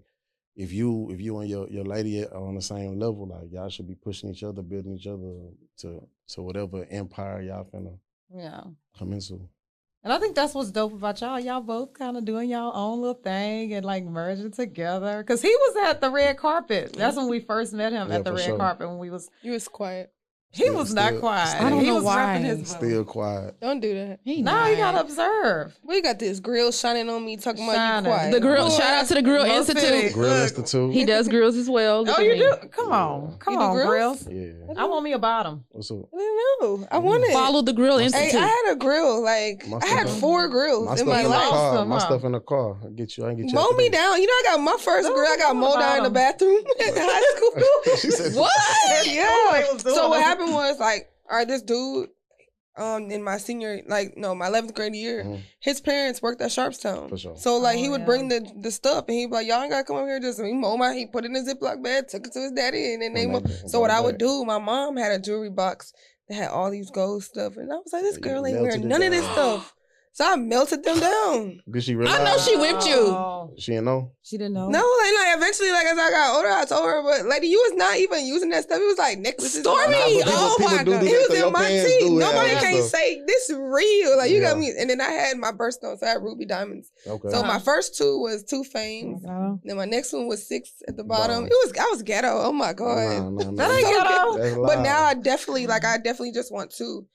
if you if you and your your lady are on the same level, like y'all should be pushing each other, building each other to to whatever empire y'all finna
Yeah.
come into.
And I think that's what's dope about y'all. Y'all both kind of doing y'all own little thing and like merging together. Cause he was at the red carpet. That's when we first met him
Yeah,
at the
for
red
sure.
carpet when we was
You was quiet.
he
Still-
was not
still-
quiet.
still- I don't
he
know
was
why.
repping his
Still quiet.
Don't do that.
He
No, you
not.
gotta observe.
We got this grill shining on me, talking about
Shining.
you quiet.
the grill.
Boy,
Shout out to the Grill
Mo
Institute.
City.
Grill
Look.
Institute.
He does grills as well.
Oh,
Look at
you
me.
do? Come on. Come
You do
on,
grills?
grills.
Yeah.
I want me a bottom.
What's up?
I didn't know. I want it.
Follow the Grill
Must've-
Institute.
Hey, I had a grill. Like
My
I had
stuff-
four grills
My
in
stuff
my
in the
life.
car.
Awesome,
My
huh?
stuff in the car. I'll get you. I can get you.
Mow
after
me
this.
down. You know, I got my first
No,
grill. I got
no,
mowed down in the
no.
bathroom in high school.
she said,
what? Yeah.
was
Oh, So what happened was like, all right, this dude, um, in my senior, like no, my eleventh grade year,
Mhm.
his parents worked at Sharpstown.
For sure.
So like he
Oh,
would
yeah.
bring the the stuff and he'd be like, y'all ain't gotta come over here. Just he mow my. He put it in a ziploc bag, took it to his daddy, and then they. Mow.
Well, like that,
So what
like
I would
that.
do, my mom had a jewelry box that had all these gold stuff, and I was like, this
You
girl ain't
melted
wearing
it
none of this
down.
stuff. So I melted them down.
Did she realize?
I know she whipped you.
Oh,
She didn't know.
she didn't know.
No, like, like eventually, like as I got older, I told her, but lady, you was not even using that stuff. It was like necklaces.
Stormy!
Nah,
Hey,
but people-
oh
people
my
do
God.
do
It
that, though.
was
Your
in my
fans
teeth.
do it,
Nobody
yeah,
can't
so-
say this real. Like you got
Yeah.
me. And then I had my birthstones. So I had ruby diamonds.
Okay.
So my first two was two fame.
No.
Then my next one was six at the bottom.
Wow.
It was I was ghetto. Oh my
Nah,
god.
nah, nah.
That ain't ghetto.
That's
But
loud.
now I definitely like I definitely just want two,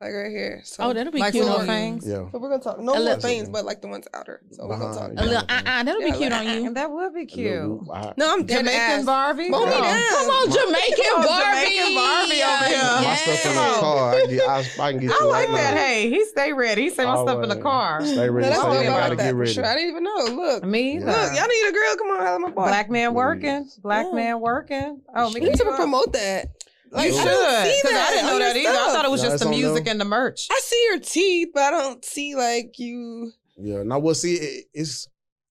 like right here. So.
oh, that'll be
Like
cute
little
on you.
things.
yeah.
So we're gonna talk no
A
little
little-
things, but like the ones outer. So we're gonna
Behind,
talk.
A
yeah.
little uh uh. That'll be
Yeah,
cute
like,
on you.
That would be
A little
cute.
whoop. I-
No, I'm dead ass.
Jamaican Barbie.
Mow me
Come on.
down.
Come on,
Come
Jamaican
on,
Barbie.
Jamaican Barbie over here.
My
Yes.
stuff in the car. I, get, I, I can get
I
you
like
right
that.
now.
Hey, he stay ready. He say my stuff in the
Always.
car.
Stay
No,
ready.
that's
so
Say
what
you
it,
about
gotta
that
get
for
ready.
sure. I didn't even know. Look,
Me either.
look, y'all need a girl. Come on, holla my boy.
Black man working. Black
Yeah.
man working. Oh,
You
Mickey,
We need to
you up?
promote that. Like,
you
I
should.
don't see
Because
that
I didn't
on
know
your
that either. I
stuff.
thought it was
No,
just the
it's on
music
them.
and the merch.
I see your teeth, but I don't see like you.
Yeah. Now, well, see, it, it's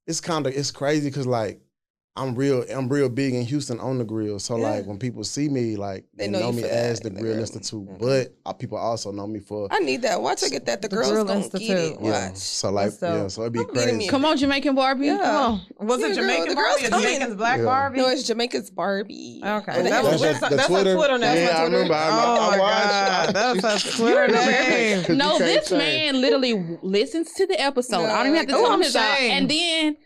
it's kind of it's crazy because like I'm real I'm real big in Houston on the grill. So
Yeah.
like when people see me, like
They
they
know
know,
you
me
for
as
that,
the
the
Grill
grill.
Institute,
Mhm.
but uh, people also know me for
I need that. Watch her get that. The,
The
girls
Grill
gonna get
Institute.
it. Watch.
yeah. So like
That's dope.
yeah, so it'd be
I'm beating
crazy.
me.
Come on, Jamaican Barbie.
Yeah.
Come on.
Was
Yeah,
it
girl,
Jamaican
the girl's
Barbie or
coming.
Jamaican's Black
Yeah.
Barbie?
No, it's Jamaica's Barbie.
Okay,
Oh,
that
that's
was,
your-
that's,
the
that's her
Twitter?
Twitter name.
Yeah, I remember. I-
oh
I
my
watched.
god, that's her Twitter name.
You
No,
can't
this
change.
man literally w- listens to the episode. I don't even have to
No,
tell
Oh, I'm
him his job.
ashamed.
And then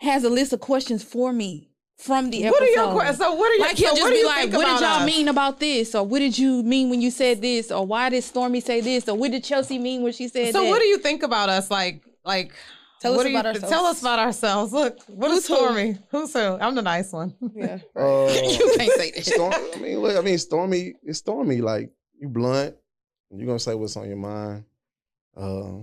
has a list of questions for me from the episode.
What are your questions? So what are your
Like he'll
so
just
what do
be
you
like,
think
"What
about
did y'all
us?
mean about this? Or what did you mean when you said this? Or why did Stormy say this? Or what did Chelsea mean when she said
So
that?"
what do you think about us? Like like
Tell us
what do you-
about ourselves.
Tell us about ourselves. Look, what is
Who's who?
Stormy? Who's who? I'm the nice one.
yeah.
Uh,
you can't say that.
Stormy. I mean, look, I mean, Stormy. It's Stormy. Like you blunt. You're gonna say what's on your mind. Uh,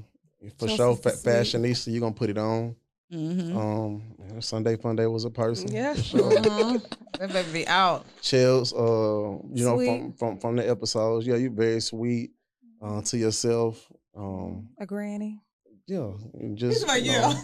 for
Just
sure,
as the
fa- fashionista. You're gonna put it on.
Mm-hmm.
Um, yeah, Sunday Fun Day was a person.
Yeah.
for sure.
That baby be out.
Chills. Uh, you know, from,
Sweet.
from from the episodes. Yeah, you very sweet uh, to yourself. Um,
A granny.
yeah, you just you know,
yeah.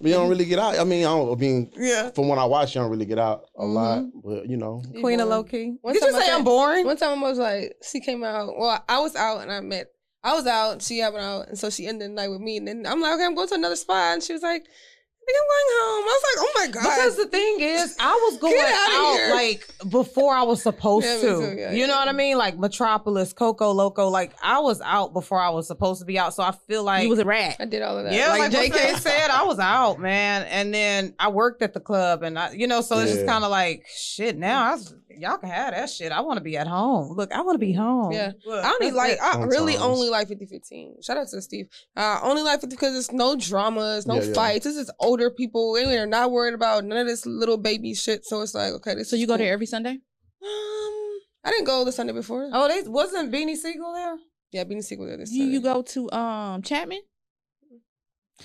you don't really get out. I mean, I don't. I mean,
yeah.
from what I watch, you don't really get out a lot. But you know,
You
Queen of
born.
low key.
One
Did you
time I
say I'm
said-
boring?
One time I was like, she came out. Well, I was out and I met. I was out. She had been out, and so she ended the night with me. And then I'm like, okay, I'm going to another spot. And she was like, I think I'm going home. I was like, oh my god.
Because the thing is, I was going
Get outta
out
here.
like before I was supposed
Yeah, me
to.
too. Yeah,
you
yeah,
know what
yeah.
I mean? Like Metropolis, Coco Loco. Like I was out before I was supposed to be out. So I feel like
you was a rat.
I did all of that.
yeah,
like
like,
JK.
JK said, I was out, man. And then I worked at the club, and I, you know, so it's just
Yeah.
kind of like shit. Now I was, y'all can have that shit. I want to be at home. Look, I want to be home.
Yeah.
Look,
I only
that's
like
it.
I really
Sometimes.
only like 50 15. Shout out to Steve. Uh only like 50 because it's no dramas, no
Yeah, yeah.
fights. This is older people and they're not worried about none of this little baby shit. So it's like, okay, this
So
is
you go
cool.
there every Sunday?
Um I didn't go the Sunday before. Oh
Oh, they wasn't Beanie Siegel there.
yeah, being sick with it this
You, you
Sunday.
go to um Chapman?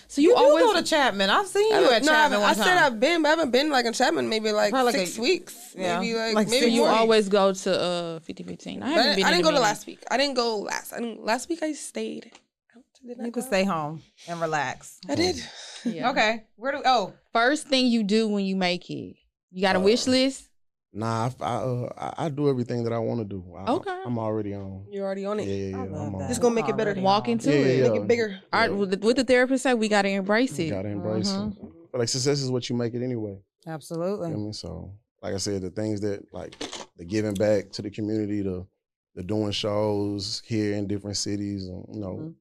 So
You,
you,
do
always
Oh, go to Chapman. I've seen
I
you
haven't-
at
no,
Chapman.
I haven't-
one
I said
time.
I've been, but I haven't been like in Chapman maybe like
Probably like
six
a-
weeks.
yeah.
Maybe like,
Like
maybe
so you
more.
always go to uh 5015. I
But
haven't
I,
been
I
in
didn't
a
go to
minute.
last week. I didn't go last. I didn't last week I stayed out. Did I
you could
go?
stay home and relax.
I did.
Yeah.
Okay, where do? Oh,
First thing you do when you make it, you got a
Uh,
wish list.
nah, I I, uh, I- I do everything that I want to do. I,
Okay.
I'm already on.
You're already on
Yeah,
it.
yeah, yeah.
I love
I'm on.
that.
Just gonna make it better.
Already
Walk
on.
into
Yeah,
it.
yeah,
Make it bigger.
All right, with the, with the therapist say we got to embrace
You
it.
gotta embrace it. But like success is what you make it anyway. You know
Absolutely.
what I mean, so like I said, the things that like the giving back to the community, the the doing shows here in different cities, and, you know,
Mhm.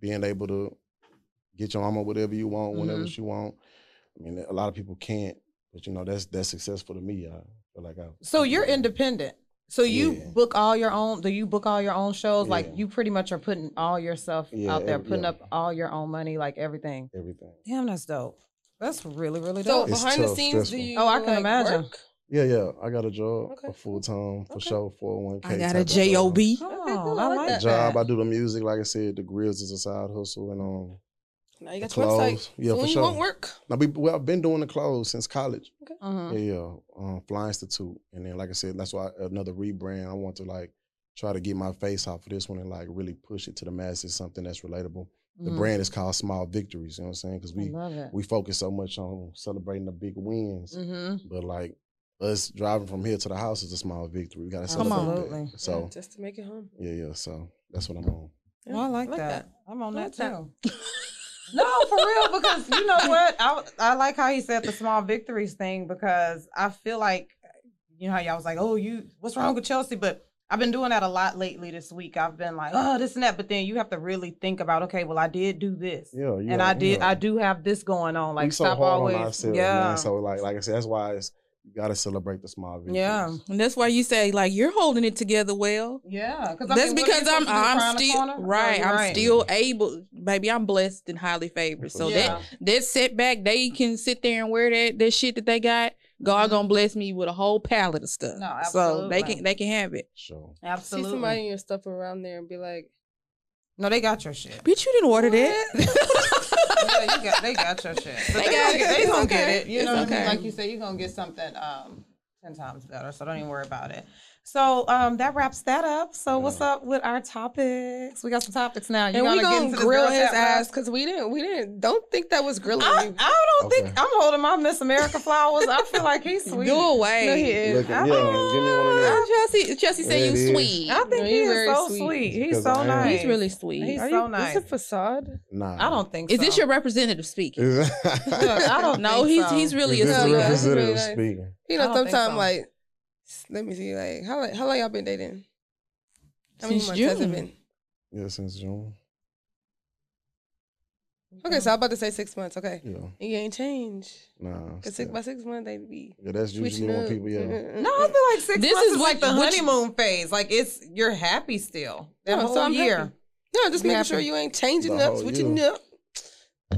being able to get your mama whatever you want, whenever
Mhm.
she want. I mean, a lot of people can't, but you know, that's that's successful to me. I feel like I.
So you're independent. So you
Yeah.
book all your own. Do you book all your own shows? Like
Yeah.
you pretty much are putting all yourself
Yeah,
out there,
every-
putting
yeah.
up all your own money, like everything.
Everything.
Damn, that's dope. That's really really
So
dope.
It's
behind the
tough,
scenes,
stressful.
do you?
Oh, I can
like,
imagine.
work?
Yeah, yeah. I got a job,
Okay, cool.
a full time for
Okay.
sure, four hundred one k. uh,
I got a job.
Come
Okay, cool.
on,
I
I
like
like that.
that.
Job. I do the music. Like I said, the grills is a side hustle, and um,
Now you
the
got your website.
clothes. Yeah,
so
for
when
sure.
you want work,
Now we well, I've been doing the clothes since college.
Uh-huh.
Mhm.
Yeah, yeah. Um, Fly Institute, and then like I said, that's why another rebrand. I want to like try to get my face off of this one and like really push it to the masses. Something that's relatable. The
Mm-hmm.
Mhm.
brand is called Small Victories. You know what I'm saying? Because
I
we
love it.
we focus so much on celebrating the big wins,
Mm-hmm.
hmm
but like us driving from here to the house is a small victory. We gotta
Come
celebrate
on.
Absolutely.
that. So
just to make it home.
yeah, yeah. So that's what I'm on.
Yeah,
Oh, I like,
I like
that. I'm on
I
that
like that.
too. no, for real, because you know what? I I like how you said the small victories thing because I feel like you know how y'all was like, oh, you what's wrong with Chelsea? But I've been doing that a lot lately this week. I've been like, oh, this and that. But then you have to really think about, okay, well, I did do this.
Yeah, yeah.
and I did
yeah.
I do have this going on. Like
we so
stop
hard
always.
on ourselves,
yeah.
man. So like, like I said, that's why it's, you gotta celebrate the small victories.
Yeah.
And that's why you say like you're holding it together well.
yeah, because
That's because I'm I'm still right. I'm still able, baby. I'm blessed and highly favored. So that
Yeah.
that setback, they can sit there and wear that that shit that they got. God
Mhm.
gonna bless me with a whole palette of stuff.
No,
so they
absolutely.
can they can have it.
Sure.
See
absolutely.
somebody in your stuff around there and be like,
no, they got your shit.
Bitch, you didn't order that.
yeah, you got, they got your shit. But
They
they, gonna,
got it.
get, they
It's
gonna
okay.
get it. You
It's
know what I
okay.
mean? Like you said, you're gonna get something um ten times better. So don't even worry about it. So um that wraps that up. So what's up with our topics? Mm. We got some topics now. You
and we
wanna get
gonna
into this
grill
girl
his
chat
ass
round?
because we didn't, we didn't. Don't think that was grilling
I,
you.
I don't
Okay.
think I'm holding my Miss America flowers. I feel like he's sweet.
Do away.
No, he is.
Look, at- yeah, give me one of them.
Oh, Chelsea, Chelsea said
There
you
it is.
sweet.
I
No,
think
he
he is
very
so
sweet.
sweet. He's
Because
so
I am.
nice.
He's really sweet.
He's
Are
so
you- It's a
nice.
facade.
Nah.
I don't think
is
so.
this your representative speaking?
Look, I don't
No,
think
he's
so.
he's really
Is
a
this
Yeah,
the
sweet.
yeah,
guy.
he's really
representative
nice.
speaking?
You
I
know,
don't think
sometimes
so.
like, s- let me see, like how how long y'all been dating? How many
Since
months has it
June.
been?
Yeah, since June.
Okay, so I'm about to say six months. Okay,
Yeah.
you ain't changed.
Nah.
Cause
still.
six by six months they be
Yeah, that's usually
switching
when
up.
people. Yeah.
Mm-mm-mm.
No, I feel like six
This
months
is
is,
what-
like the
what you-
honeymoon phase. Like it's you're happy still that
No, so
whole
I'm
year.
happy. No, just
Be
making
happy.
sure you ain't changing
The
up.
whole
What
year.
you know,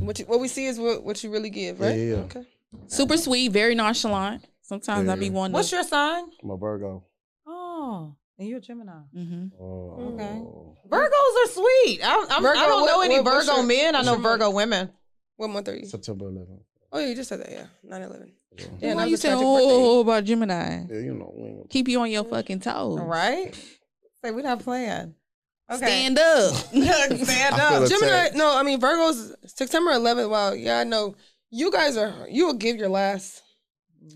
what you, what we see is what, what you really give,
Yeah,
right?
yeah, yeah.
Okay.
Super sweet, very nonchalant. Sometimes I be
Yeah.
wanting
What's
to
your sign?
I'm a Virgo.
Oh, And you're a Gemini.
Mm-hmm.
Okay.
Oh.
Virgos are sweet. I, I'm,
Virgo,
I don't know
what-
any
what- what's
Virgo
your-
men. I
what's
know
your month?
Virgo women.
What month are you?
September 11th.
Oh, yeah, you just said that. Yeah, 9 11.
Yeah.
Yeah, and
Why
I
you
was
saying
expecting
oh about Gemini?
Yeah, you know. we ain't
Keep you on your fucking toes.
All right. Say we're not playing.
Stand up. Mm-hmm.
Stand,
I feel
up.
it.
Gemini,
attacked.
no, I mean, Virgo's September 11th. Wow, yeah, I know. You guys are, you will give your last.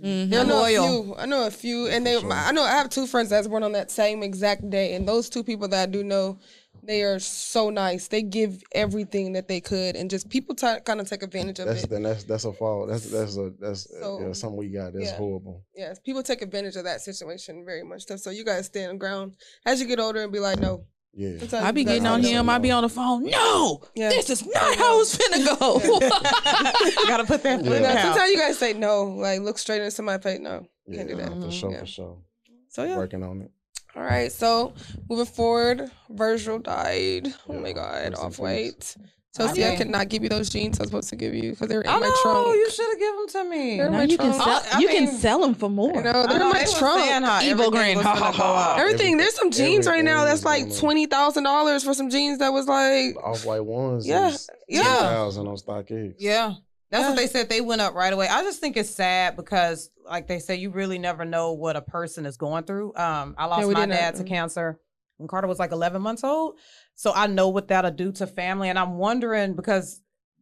Mhm.
They're
I know
loyal.
a few. I know a few, and
For
they.
sure.
I know I have two friends that's born on that same exact day, and those two people that I do know, they are so nice. They give everything that they could, and just people t- kind of take advantage of
that's
it.
then that's that's a fault. That's that's a that's uh,
So-
yeah, something we got. That's
yeah.
horrible.
Yes, people take advantage of that situation very much. stuff. So you guys stand on ground as you get older and be like, no.
Yeah.
Sometimes
I be
that's
getting
how
on
they
him.
know.
I be on the phone. No,
Yeah.
this is not how it's finna go.
you gotta put that foot
Yeah.
Yeah,
down.
sometimes you guys say no, like look straight into my face. No,
Yeah,
can't do that.
no, for sure,
Mm-hmm, Yeah.
for sure.
So yeah.
Working on it.
All right. So moving forward, Virgil died. Oh my
Yeah,
god,
rest in
off
peace.
weight. So see, I
mean-
could not give you those jeans I was supposed to give you because they were in
I
my
know.
trunk.
You should have given them to me.
They're in
No,
my
you can
trunk.
sell.
I- I
you
mean-
can sell them for
You
more.
know, they're
I
in
know,
my
they was saying
trunk.
how
Evil
everything
grin.
was gonna go up.
Everything. There's some jeans right now that's like
everything is
twenty thousand dollars for some jeans that was like,
Off white ones.
Yeah,
is
yeah.
10,000 on stock X.
Yeah. That's
Yeah.
what they said. They went up right away. I just think it's sad because, like they say, you really never know what a person is going through. Um, I lost
we
my
did not.
dad to
Mhm.
cancer when Carter was like 11 months old. So I know what that'll do to family. And I'm wondering because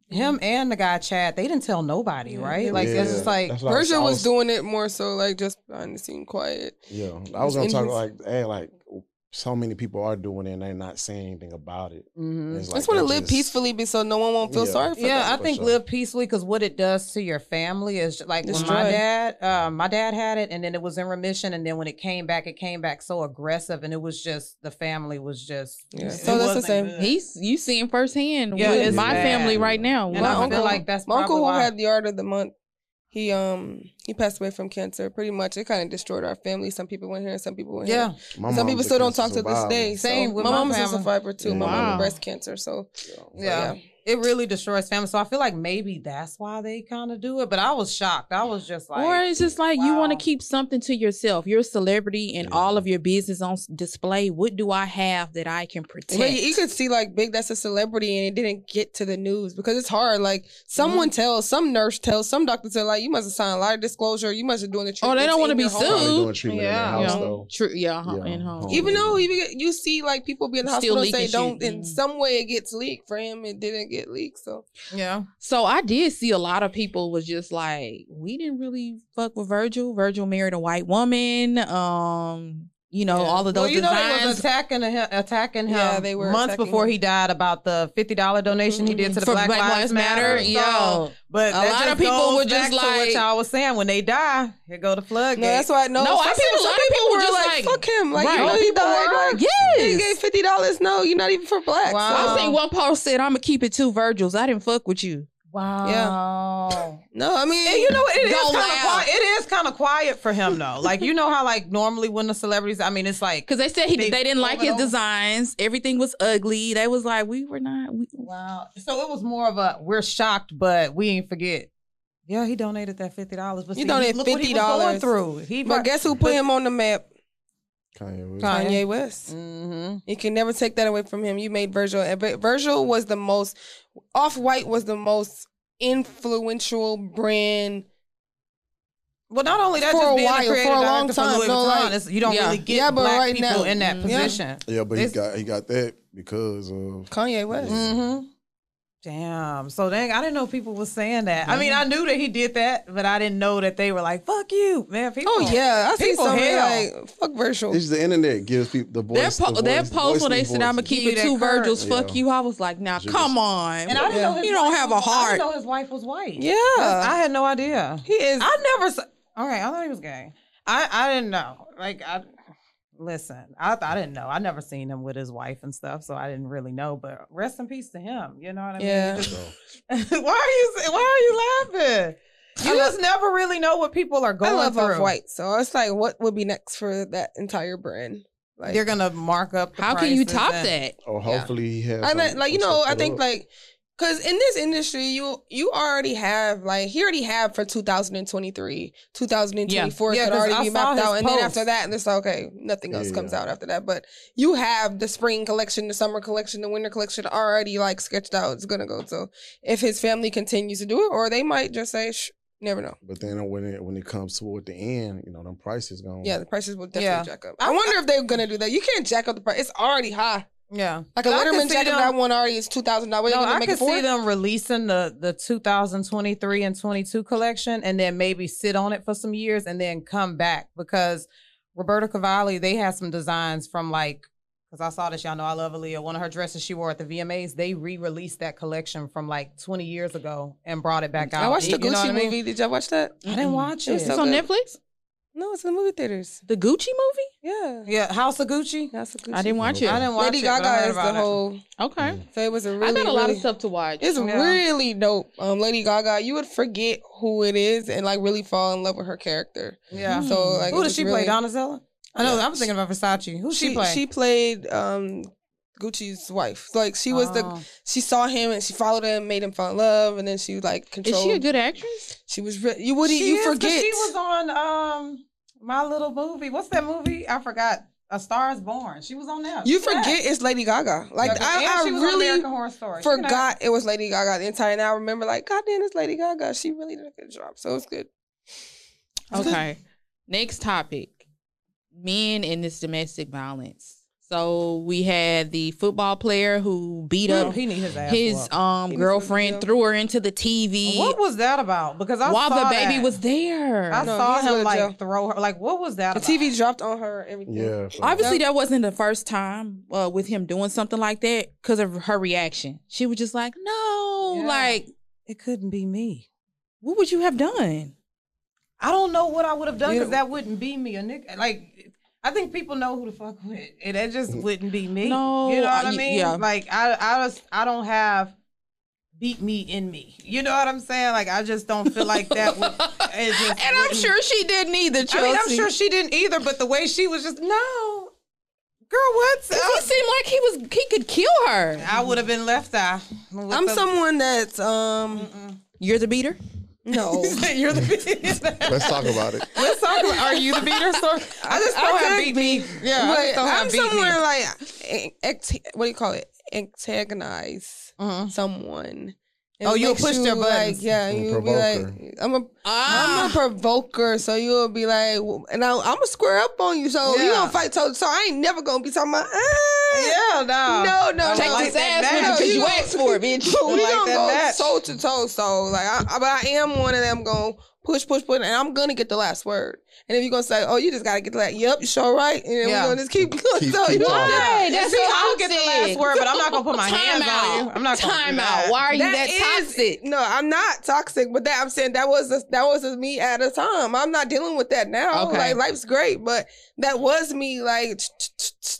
him and the guy, Chad, they didn't tell nobody,
Yeah,
right?
they
Like,
were-
it's just like,
That's what I
Virgil
I
was doing it more so like just behind the scene, quiet.
Yeah, I was gonna
in
talk
his-
like, hey, like so many people are doing it and they're not saying anything about it.
mhm.
It's
I
like,
just want to
that
live
just-
peacefully, be so no one won't feel
Yeah.
sorry for
yeah,
them.
I think
sure.
live peacefully because what it does to your family is ju- like when my
Destroy.
dad, uh, my dad had it, and then it was in remission, and then when it came back, it came back so aggressive, and it was just the family was just.
Yeah.
it
So that's the
wasn't
same.
good.
He's you see him firsthand
Yeah,
with
it's
my
bad.
family right now.
And
Wow.
I
My
feel
uncle-
like that's
My
probably
uncle who
why.
had the art of the month, he um he passed away from cancer. Pretty much, it kind of destroyed our family. Some people went here, some people went
yeah,
My
here. Some
mom's
people
a
still don't talk
cancer
to this day.
survivor.
Same
so
with
my,
my
mom's a
family.
survivor too. My mom
Wow.
had breast cancer, so
Yeah.
yeah.
it really destroys family. So I feel like maybe that's why they kind of do it. But I was shocked. I was just like,
or it's just like you want
wow.
to keep something to yourself. You're a celebrity, and
Yeah.
all of your business on s- display. What do I have that I can protect?
But you could see like big that's a celebrity and it didn't get to the news because it's hard. Like someone tells, some nurse tells, some doctor tell, like you must have signed a lot of disclosure. You must have doing the
Oh, they
treatments
don't wanna
in
be
your home.
sued.
Probably doing treatment
Yeah.
in the house
Yeah.
though.
True. Yeah. huh,
Yeah,
And uh-huh. home.
home.
Even though you you see like people be in the
Still
hospital and say
leaking
don't
shit.
in
Mhm.
some way it gets leaked. For him it didn't get leaked. So
yeah,
So I did see a lot of people was just like, we didn't really fuck with Virgil. Virgil married a white woman. Um, you know, all of those
well, you know they was
designs
attacking him, attacking him.
Yeah, they were
months
attacking
before
him.
he died about the fifty dollar donation he did to the
Mm-hmm. for
Black, Lives Matter. So-
Yo,
But
A
that
lot
just
of people
goes
were just
back to what
like-
y'all was saying when they die, here go the floodgate.
no, that's why I know.
No,
some
I see
people,
a
some
lot of
people
people
were
just
like,
like-
fuck him. Like
Right.
you know
Oh,
he
people
died?
were like you gave
yes.
fifty dollars. No, you're not even for blacks.
Wow.
I seen one post said, "I'm gonna keep it two Virgils. I didn't fuck with you."
Wow.
No, I mean
And you know what? it is
Go
kind of
loud.
quiet. It is kind of quiet for him though. Like you know how like normally when the celebrities, I mean, it's like
Because they said he
They
they, didn't like
pulled it
his
over.
designs. Everything was ugly. They was like, we were not. We,
wow. So it was more of a we're shocked, but we ain't forget. Yeah, he donated that fifty dollars. But
You
see,
donated
look what he was
$50.
going through. He
but guess who put him on the map?
Kanye West.
Kanye.
Kanye West.
Mm-hmm.
You can never take that away from him. You made Virgil, and but Virgil was the most Off White was the most influential brand.
Well, not only that,
For
just
a
being
while,
the creative
for a long
director
time,
for Louis
no,
Vuitton,
like-
it's- you don't
Yeah.
really get
Yeah, but
black
right
people
now-
in that
Mhm.
position.
Yeah, but he
This-
got he got that because of
Kanye West.
Yeah.
Mm-hmm. Damn. So dang, I didn't know people were saying that. I mean, I knew that he did that, but I didn't know that they were like, "Fuck you, man." People.
Oh yeah, I see
People
somebody
hell.
like fuck Virgil.
it's the internet gives people the
that
voice.
po-
the
that
voice-
post
voice
where they
and
said, "I'm gonna
voices.
keep it
Yeah.
two Virgils."
Yeah.
Fuck you. I was like, now
Just-
come on.
And I didn't
Yeah.
know his
You don't
wife
have
was-
a
I didn't know
heart.
his wife was white.
yeah,
That's- I had no idea.
he is.
I never. s- All right, I thought he was gay. I I didn't know. Like I. Listen, I I didn't know. I never seen him with his wife and stuff, so I didn't really know. But rest in peace to him. You know what I mean?
Yeah.
Just-
So,
why are you Why are you laughing? You
I love-
just never really know what people are
I
going
love
through.
Off White, so it's like, what would be next for that entire brand? Like,
They're gonna mark up. the
How can you
prices
top
and-
that?
or hopefully he has.
I mean,
some-
like you
some
know,
stuff
I
put
think
up.
like Cause in this industry, you you already have like he already have for 2023, 2024
Yeah. Yeah,
could
'cause I
already
saw
be mapped
his
out, and then
post.
after that, it's okay. Nothing else
Yeah.
comes out after that. But you have the spring collection, the summer collection, the winter collection already like sketched out. It's gonna go. So if his family continues to do it, or they might just say, Shh, never know.
But then when it when it comes toward the end, you know, them prices going.
Yeah, the prices will definitely
Yeah.
jack up. I wonder if they're gonna do that. You can't jack up the price. It's already high.
Yeah.
Like a
I can
Letterman
see
jacket,
them-
that one already is two thousand dollars.
No, I
make
could
it four?
see them releasing the the 2023 and 22 collection, and then maybe sit on it for some years, and then come back because Roberta Cavalli they had some designs from like because I saw this. Y'all know I love Aaliyah. One of her dresses she wore at the VMAs, they re-released that collection from like 20 years ago and brought it back out.
I watched
You
the
know what
Gucci
I mean?
movie. Did y'all watch that?
I didn't watch
It
it.
was
It's
so
on
good.
Netflix.
No, it's in the movie theaters.
The Gucci movie.
Yeah.
yeah, House of Gucci.
That's a good
I didn't watch it.
I didn't watch
Lady
it. but I heard
Gaga is the
about it.
whole.
Okay.
So it was a really.
I got a lot
really-
of stuff to watch.
It's
Yeah.
really dope. Um, Lady Gaga, you would forget who it is and like really fall in love with her character.
Yeah.
Hmm.
So like, Mm-hmm. it
Who
was
does she
really-
play? Donatella. I know.
Yeah.
I'm thinking about Versace. Who she,
She
play?
she played um Gucci's wife. So, like she was the
Oh.
she saw him and she followed him, made him fall in love, and then she like
Is
controlled.
she a good actress?
She was. Re- you wouldn't.
She
you
is, 'cause
forget.
she was on um my little movie. What's that movie? I forgot. A Star Is Born. She was on that.
you
She can act.
forget it's Lady Gaga. Like
And
I, I
she was on
really
American Horror Story. She can act.
forgot it was Lady Gaga the entire. And I remember like, God damn, it's Lady Gaga. She really did a good job. So it's good.
Okay. Next topic men and this domestic violence. So we had the football player who beat
Oh,
up
he need his ass.
his
whooped.
um
He was
girlfriend,
real.
threw her into the TV
what was that about? Because I
while
saw
the baby
that.
was there.
I
No,
saw
he's going
him
to
like
jail.
throw her. Like what was that?
The
about?
TV dropped on her everything.
Yeah. so-
Obviously, that wasn't the first time uh, with him doing something like that because of her reaction. She was just like, "No,
Yeah.
like,
It couldn't be me.
what would you have done?"
I don't know what I would have done
You-
because that wouldn't be me. A nigga like. I think people know who the fuck went, and that just wouldn't be me.
No,
you know what
uh,
I
y-
mean.
yeah.
Like I, I just, I don't have beat me in me. You know what I'm saying? Like I just don't feel like that. Would, it just
And I'm
wouldn't-
sure she didn't either.
I
Chelsea.
mean, I'm sure she didn't either. But the way she was just no, girl, what's
Cause he
up?
seemed like he was he could kill her.
I would have been left eye. with
I'm
the-
someone that's um
You're the beater.
no.
You're the beater.
Let's talk about it.
Let's talk about- Are you the beater? So I just don't have beat me. Yeah, I just
but
don't have
I'm
beat me.
someone like an- act- what do you call it? Antagonize
Mhm.
someone.
Oh,
it
you'll
makes
push their buttons. Ah.
Like, yeah,
And
you'll be
provoke
like,
her.
I'm a, am a provoker. So you'll be like, w- and I, I'm gonna square up on you. So you
Yeah.
gonna fight toe to toe. I ain't never gonna be talking about. "Ah,
Yeah, no.
No, no,
I
Take
like
this
that
ass with
match.
you 'cause you
asked for it, bitch.
we
like
gonna
that
go
match.
toe to toe. So like, I, I- but I am one of them going push, push, push, and I'm gonna get the last word. And if you're gonna say, oh, you just gotta get the last, yep, you sure right, and then
Yeah.
we're gonna just keep going.
Keep-
so
keep
you
talking.
Why? That's
See,
so
I'll get the
toxic.
last word, but I'm not gonna put my
Time
hands on
out.
you. I'm not gonna do
Time
that.
out. Why are you that,
is-
toxic?
No, I'm not toxic, but that I'm saying that was just- that was just me at a time. I'm not dealing with that now.
Okay.
Like life's great, but that was me. Like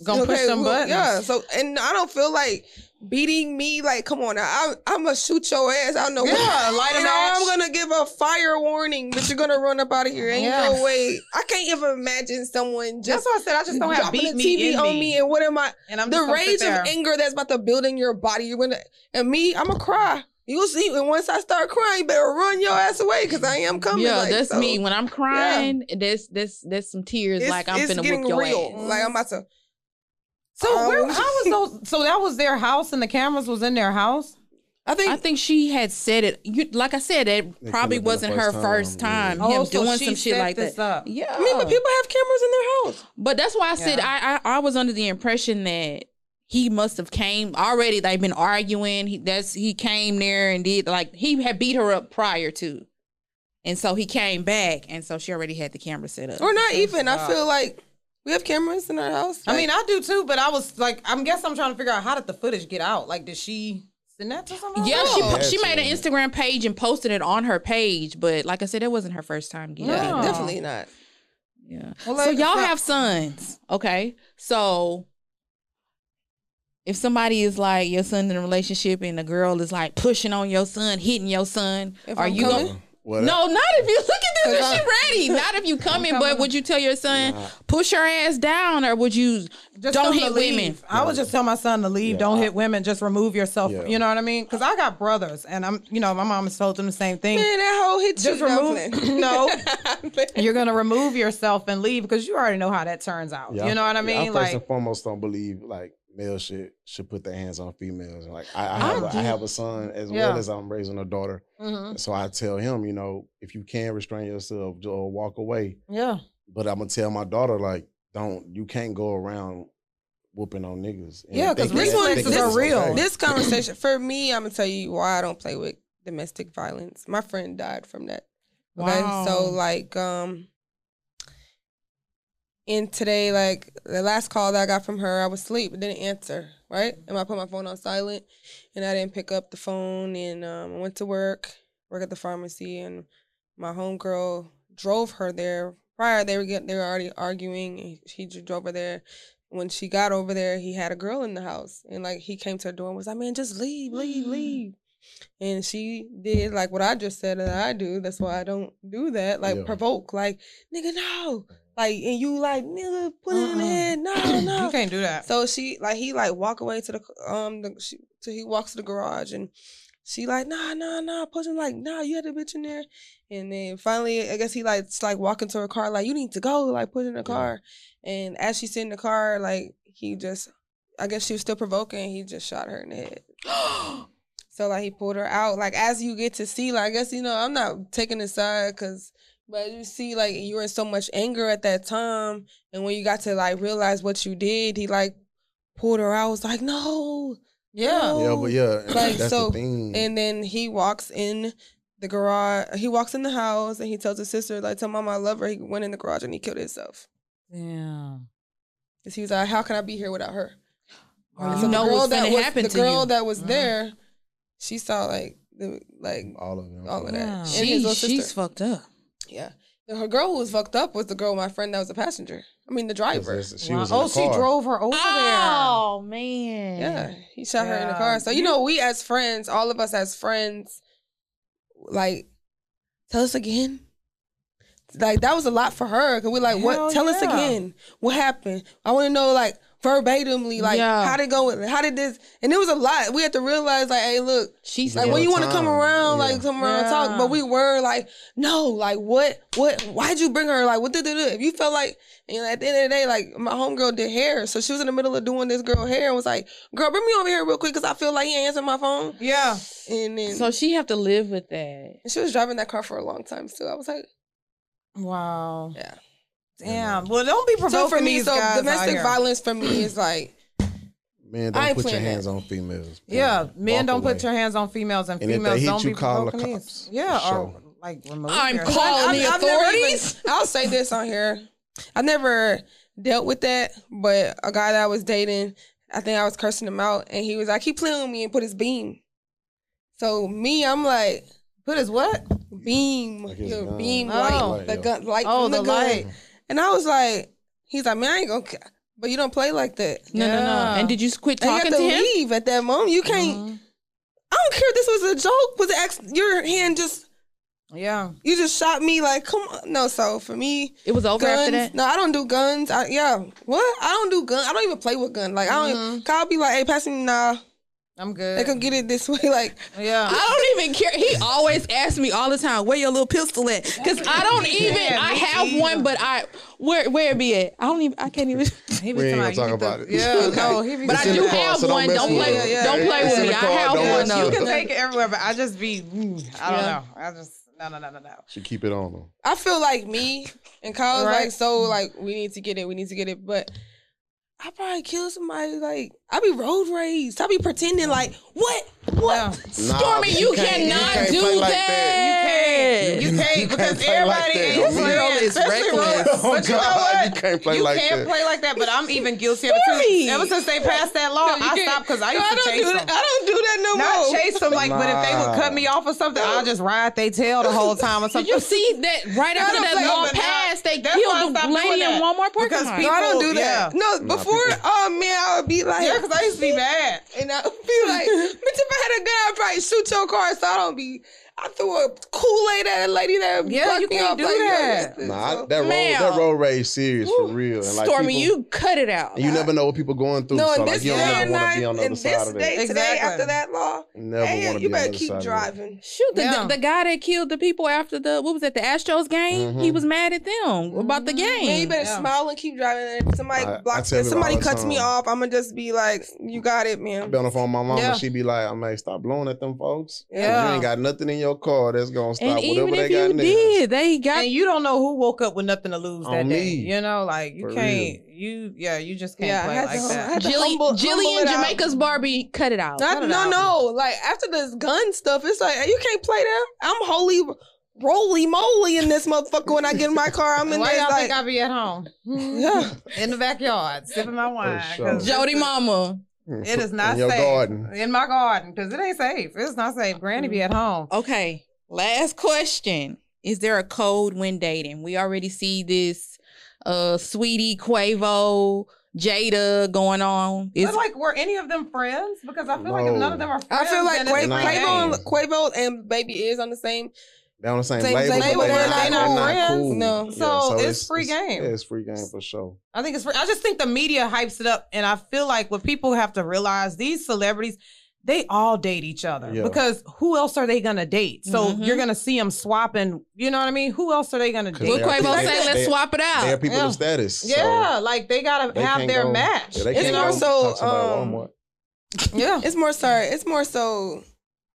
Gonna push some
well, Yeah.
buttons.
So and I don't feel like beating me. Like come on, now. I, I'm gonna shoot your ass. I don't know.
Yeah,
what-
light a
And
match.
I'm gonna give a fire warning, but you're gonna run up out of here. Ain't
Yeah.
no way. I can't even imagine someone
That's
just.
why I said I just don't have
dropping
beat
the
me
TV
in
on me. and what am I?
and I'm
the
just gonna sit
rage
there.
of anger that's about to build in your body. You're gonna and me, I'm gonna cry. You'll see. And once I start crying, you better run your ass away because I am coming.
yeah,
like,
that's
so
me. When I'm crying, that's that's that's some tears.
It's
like I'm
it's
finna
getting
whoop your
real.
ass.
Like I'm about to.
So where?
Um,
How was those? So that was their house, and the cameras was in their house.
I think.
I think she had said it. You, like I said, that
could've
probably
been the
wasn't her
first time,
first
yeah.
time.
Oh,
him
so
doing
she
some shit
set
like
this
that.
up.
Yeah,
I mean, but people have cameras in their house.
But that's why I said I, I I was under the impression that he must have came already. They've been arguing. He that's he came there and did like he had beat her up prior to, and so he came back, and so she already had the camera set up.
Or not even. I
God.
feel like we have cameras in our house.
I
Like,
mean, I do too, but I was like, I'm guess I'm trying to figure out how did the footage get out? Like, did she send that to someone?
Yeah, she po- she
That's
made an
it.
Instagram page and posted it on her page, but like I said, that wasn't her first time getting
No.
beat up.
definitely not.
Yeah.
Well,
so
like,
y'all
so-
have sons, okay? So if somebody is like your son in a relationship and the girl is like pushing on your son, hitting your son,
If
are
I'm
you
coming?
gonna,
Uh, Well,
No, not if you look at this.
Cause
Is she ready? Not if you come in. But would you tell your son
Nah.
push her ass down, or would you
Just
don't
tell him
hit
to leave.
women?
I would just tell my son to leave.
Yeah,
don't
I-
hit women. Just remove yourself.
Yeah.
You know what I mean? Because I got brothers, and I'm, you know, my mom has told them the same thing.
Man, that whole hit
Just
you. No,
remove-
I'm playing.
No.
I'm playing.
You're gonna remove yourself and leave because you already know how that turns out.
Yeah,
You know what I mean?
first
like,
and foremost, don't believe like males should should put their hands on females. And, Like I, I,
I
have, a,
do.
I have a son as
Yeah.
well as I'm raising a daughter,
mhm.
so I tell him, you know, if you can restrain yourself ju- or walk away.
yeah,
But I'm gonna tell my daughter like, don't you can't go around whooping on niggas. and
Yeah, 'cause
thinking that-
reflexes
thinking
are
it's
real.
okay.
This conversation for me, I'm gonna tell you why I don't play with domestic violence. My friend died from that. Okay, so
Wow.
like, um, and today, like the last call that I got from her, I was asleep, it didn't answer, right? And I put my phone on silent, and I didn't pick up the phone, and um, I went to work, work at the pharmacy, and my homegirl drove her there. Prior, they were getting, they were already arguing. And he j- drove her there. When she got over there, he had a girl in the house, and like he came to her door and was like, "Man, just leave,
Mm.
leave, leave." And she did like what I just said that I do. That's why I don't do that. Like
Yeah.
provoke, like nigga, no, like and you like nigga, put it in
Uh-uh.
the head, no,
you
no.
can't do that.
So she like he like walk away to the um the, she so he walks to the garage and she like nah nah nah push him like nah you had a bitch in there and then finally I guess he like s- like walking to her car like you need to go like put in the car and as she's in the car like he just I guess she was still provoking he just shot her in the head. So like he pulled her out. Like as you get to see, like I guess you know I'm not taking a side because, but you see like you were in so much anger at that time, and when you got to like realize what you did, he like pulled her out. Was like no,
yeah,
Yeah, but yeah, and
Like,
that's
so-
the thing.
and then he walks in the garage. He walks in the house and he tells his sister like tell mom I love her. He went in the garage and he killed himself.
yeah.
'Cause He was like, how can I be here without her?
Or
Wow.
you
So
know
the girl
what's
that
gonna
was,
happen
the
to
girl
you.
that was
Mhm.
there, she saw like the like
all of them.
all of that.
Wow.
And his
She,
little sister.
she's fucked up.
Yeah. And Her girl who was fucked up was the girl, my friend that was a passenger. I mean, the driver.
That's- She
Wow.
was in
oh,
the car.
she drove her over
Oh man.
Yeah. He shot her in the
Yeah.
car. So, you know, we as friends, all of us as friends, like, tell us again. Like, that was a lot for her. Cause we're like,
Hell
what? Tell us
yeah.
again. What happened? I want to know, like, verbatimly, like,
Yeah.
how did it go with How did this? And it was a lot. We had to realize, like, hey, look,
She's
Like
Yeah.
when you
All
want to
the
come
time.
around,
Yeah.
like come around and talk,
Yeah.
but we were like, no, like what, what, why'd you bring her? Like what did it? If you felt like, you know, at the end of the day, like my homegirl did hair, so she was in the middle of doing this girl hair and was like, girl, bring me over here real quick because I feel like he ain't answering my phone.
there. Yeah,
And then
so she have to live with that.
and she was driving that car for a long time too. I was like,
wow,
yeah.
damn. Well, don't be provoking
So for me,
these
so
guys out
domestic
here.
violence for me is like,
Man,
I
don't
ain't
put your
playing that.
hands on females.
Yeah,
Period.
men
Walk
don't
away.
put your hands on females, and
And if they
females
hit
don't
you,
be
call the
provoking these.
cops,
Yeah,
for
or
sure.
like remove.
I'm
your-
calling
I've-
the
I've never even-
authorities?
I'll say this on here. I never dealt with that, but a guy that I was dating, I think I was cursing him out, and he was like, he playing with me and put his beam. So me, I'm like,
Put his what?
beam,
Like his
your
gun.
beam
Oh.
light, the
Light,
gun light
Oh,
from the,
the
gun.
light.
And I was like, he's like, man, I ain't gonna, ca- but you don't play like that.
No, no,
Yeah.
no. And did you quit
And you
talking
have
to,
to,
him?
leave at that moment. You can't.
Mhm.
I don't care. if This was a joke. Was it ex- your hand just?
Yeah,
You just shot me. Like, come on. No. So for me,
It was over
guns.
after that.
No, I don't do guns. I, yeah, what? I don't do gun. I don't even play with gun. Like I don't. Kyle be like, "Hey, pass me nah.
I'm
They
good.
can get it this way." Like
yeah,
I don't even care. He always asks me all the time, "Where your little pistol at?" Because I don't even.
Yeah,
I
me
have one, but I where where it be at? I don't even. I can't even.
he
We
talking
ain't gonna
you
talk
need
about
to-
it.
Yeah, no, he be.
But I
talking
in
do
the
about-
car,
have
so don't
one.
mess
Don't
with
play.
it. Yeah, yeah,
Don't
yeah.
play
It's
with
in
me.
the
I
car,
have
don't
one
mess
though.
with
you
it.
can take it everywhere, but I just be. mm, I don't
Yeah.
know. I just no, no, no, no, no.
She keep it on them.
I feel like me and Kyle's
Right.
like so like we need to get it. We need to get it. But I probably kill somebody. Like I be road rage. I be pretending like what what.
Yeah.
Nah,
Stormy,
but
you,
can't-
cannot
can't
do
play
that.
like
You can't. You
You
can't,
can't
because
play like
everybody
that.
is
This
playing,
girl is
especially
reckless.
road-
Oh,
but you know
God,
what?
you can't play
You
like
can't
that.
play like that. But I'm even guilty ever since,
Scary.
ever since they passed that law.
You
I
can't-
stopped because I
No,
used
I
to
don't
chase
do
them.
that. I don't do that no
Not
more.
chase them like, but if they would cut me off or something, I'll just ride their tail the whole time or
Did
something.
you see that right
I
after
don't
that
play
law
with that.
passed, they
That's why I
killed the
stopped doing
lady in
that.
Walmart parking
Because
lot.
No, I don't
People,
do that.
yeah.
No,
Nah,
before,
people-
oh man, I would be like,
Yeah, because I used to be mad.
and I would be like, bitch, if I had a gun, I'd probably shoot your car. So I don't be. I threw a Kool Aid at a lady that
Yeah,
bucked
you
me
can't
up,
do
like, yo,
that.
listen,
Nah, I-
so-
that road that
Ma'am.
road rage serious for real. And like
Stormy,
people,
you cut it out.
you never know what people going through.
no,
so
in
like
this
you don't
day
never
and
want to
night,
be on the
in
other side
this
of
day,
that.
today,
Exactly.
after that law,
Never
hey,
want to
you
be on
better
the other
keep
side. of that.
driving.
Shoot, the,
Yeah.
the, the guy that killed the people after the what was that the Astros game? He
Mhm.
was mad at them about the
Mhm.
game.
Man, you better
Yeah.
smile and keep driving. And if somebody
I- I
blocks,
tell
if
people
somebody
all the
cuts me
time.
off, I'm gonna just be like, "You got it, man."
I be on the phone with my mom
Yeah.
and she be like, I'm like, stop blowing at them folks. 'Cause
Yeah.
You ain't got nothing in your car that's gonna
and
stop
even
whatever they
if
got
you
in there.
did, they got
and you don't know who woke up with nothing to lose
On
that day.
me.
You know, like you
For
can't. You yeah, you just can't
Yeah, I
play
had
like
to- I
that.
had to
Jilly,
humble-
Jilly
humble
and
it out.
Jamaica's Barbie cut it out.
Not,
Cut it
no,
out.
no. Like after this gun stuff, it's like hey, you can't play that. I'm holy roly moly in this motherfucker. When I get in my car, I'm in
Why
there
y'all
like,
think I be at home
yeah,
in the backyard sipping my wine?
sure.
'cause
Jody Mama.
It is not
Hmm, in your
safe
garden.
in my garden because it ain't safe. It's not safe. Granny
Mm-hmm.
be at home.
Okay. Last question. Is there a code when dating? We already see this uh sweetie Quavo Jada going on. Is
But like, were any of them friends? Because I feel like if
No.
none of them are friends.
I feel like
then it's
Quavo,
Nah.
like, hey,
Quavo, and, Quavo and Baby is on the same.
They on the same,
Same
label,
label,
but they,
they're
not,
like
they're
no
not
friends,
cool.
no.
So it's free game.
Yeah, it's free game for sure.
I think it's. Free. I just think the media hypes it up, and I feel like what people have to realize these celebrities, they all date each other
Yeah.
because who else are they gonna date? So
Mm-hmm.
Mhm.
you're gonna see them swapping. You know what I mean? Who else are they gonna
'Cause
what
date?
they are-
Quavo
they-
say? Let's
they-
swap it
They are
out.
people
Yeah.
of status. so
yeah, like they gotta
they
have
can't
their
go-
match.
Yeah, they
you
can't
know?
go
also,
talk somebody at
um,
Walmart.
yeah.
It's more sorry. It's more so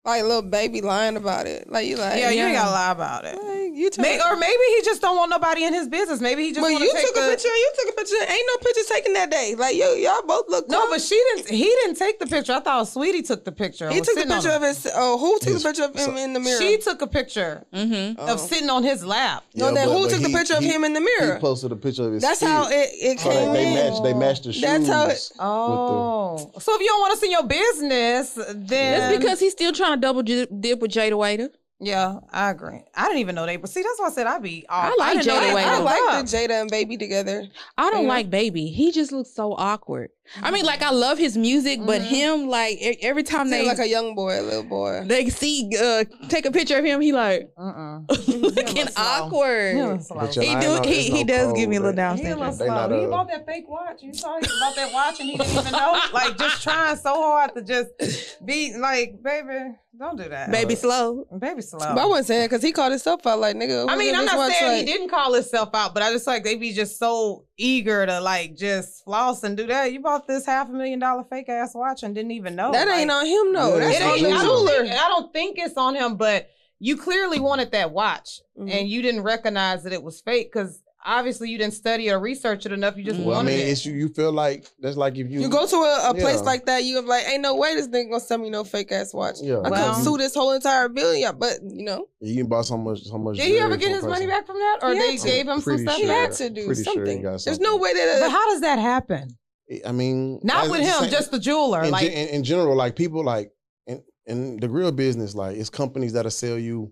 like little baby lying about it. Like you like
yeah, you ain't
yeah.
gotta lie about it.
like, you took.
May, or maybe he just don't want nobody in his business. Maybe he just.
well,
wanna
you
take
took a
the-
picture. You took a picture. Ain't no pictures taken that day. Like you, y'all both look.
No,
cool.
but she didn't. He didn't take the picture. I thought Sweetie took the picture.
he
was
took the
sitting on
picture
him.
of his. Oh, who took
His-
the picture of him
so-
in the mirror?
She took a picture
Mm-hmm.
Oh.
of sitting on his lap.
no,
Yeah,
then
but-
who
but
took
he-
the picture of
he-
him in the
He
mirror?
posted a picture of his.
That's how
kid.
it, it
So
came
they, they
in.
matched. They matched the shoes.
That's how it-
Oh, so if you don't want us in your business, then
That's because he's still trying to double di- dip with Jada Waiter.
yeah, I agree. I didn't even know they. But see, that's why I said I be. All,
I like
didn't know
Jada
they
Waiter.
I
broke
like
up.
the Jada and Baby together.
I don't
Yeah.
like Baby. He just looks so awkward. I mean, like I love his music, but
Mhm.
him, Mm-hmm. like e- every time
Seemed
they
like a young boy, a little boy.
they see uh take a picture of him, he like
Mm-mm.
looking
slow.
awkward.
Yeah, it's
But
like-
you
He
know, I
do
know
he,
it's no
he does give
code
me a little
that-
down
He a little
syndrome.
They not,
slow. He
uh,
bought that fake watch. You saw he bought that watch and he didn't even know. Like just trying so hard to just be like, baby, don't do that.
Baby slow.
baby slow.
But I wasn't saying because he called himself out like nigga.
I
who
mean,
is
I'm
this
not
one?
saying he
Like,
didn't call himself out, but I just like they be just so eager to like just floss and do that. You bought this half a million dollar fake ass watch and didn't even know.
That
Like,
ain't on him, no.
Yeah,
it
That's
it's
ain't-
on the
I, don't
jeweler.
think, I don't think it's on him, but you clearly wanted that watch
Mhm.
and you didn't recognize that it was fake because obviously you didn't study or research it enough. You just
Mm-hmm. Well, I
wanted
mean,
it.
it's you. You feel like that's like if you
You go to a, a place
Yeah.
like that, you like, ain't no way this nigga gonna sell me no fake ass watch.
Yeah.
I
Well-
could sue this whole entire billion, but you know,
You can buy so much. So much.
Did he ever
jewelry
get
from a
his money
person.
back from that, or
He
they
had to.
gave him some
Pretty
stuff?
he
sure.
had to do
Pretty sure he
something.
got
There's
something.
no way that.
But how does that happen?
I mean,
Not
as-
with
it's the
him,
same-
just the jeweler.
in,
Like,
gen- in, in general, like people like in, in the real business, like it's companies that'll sell you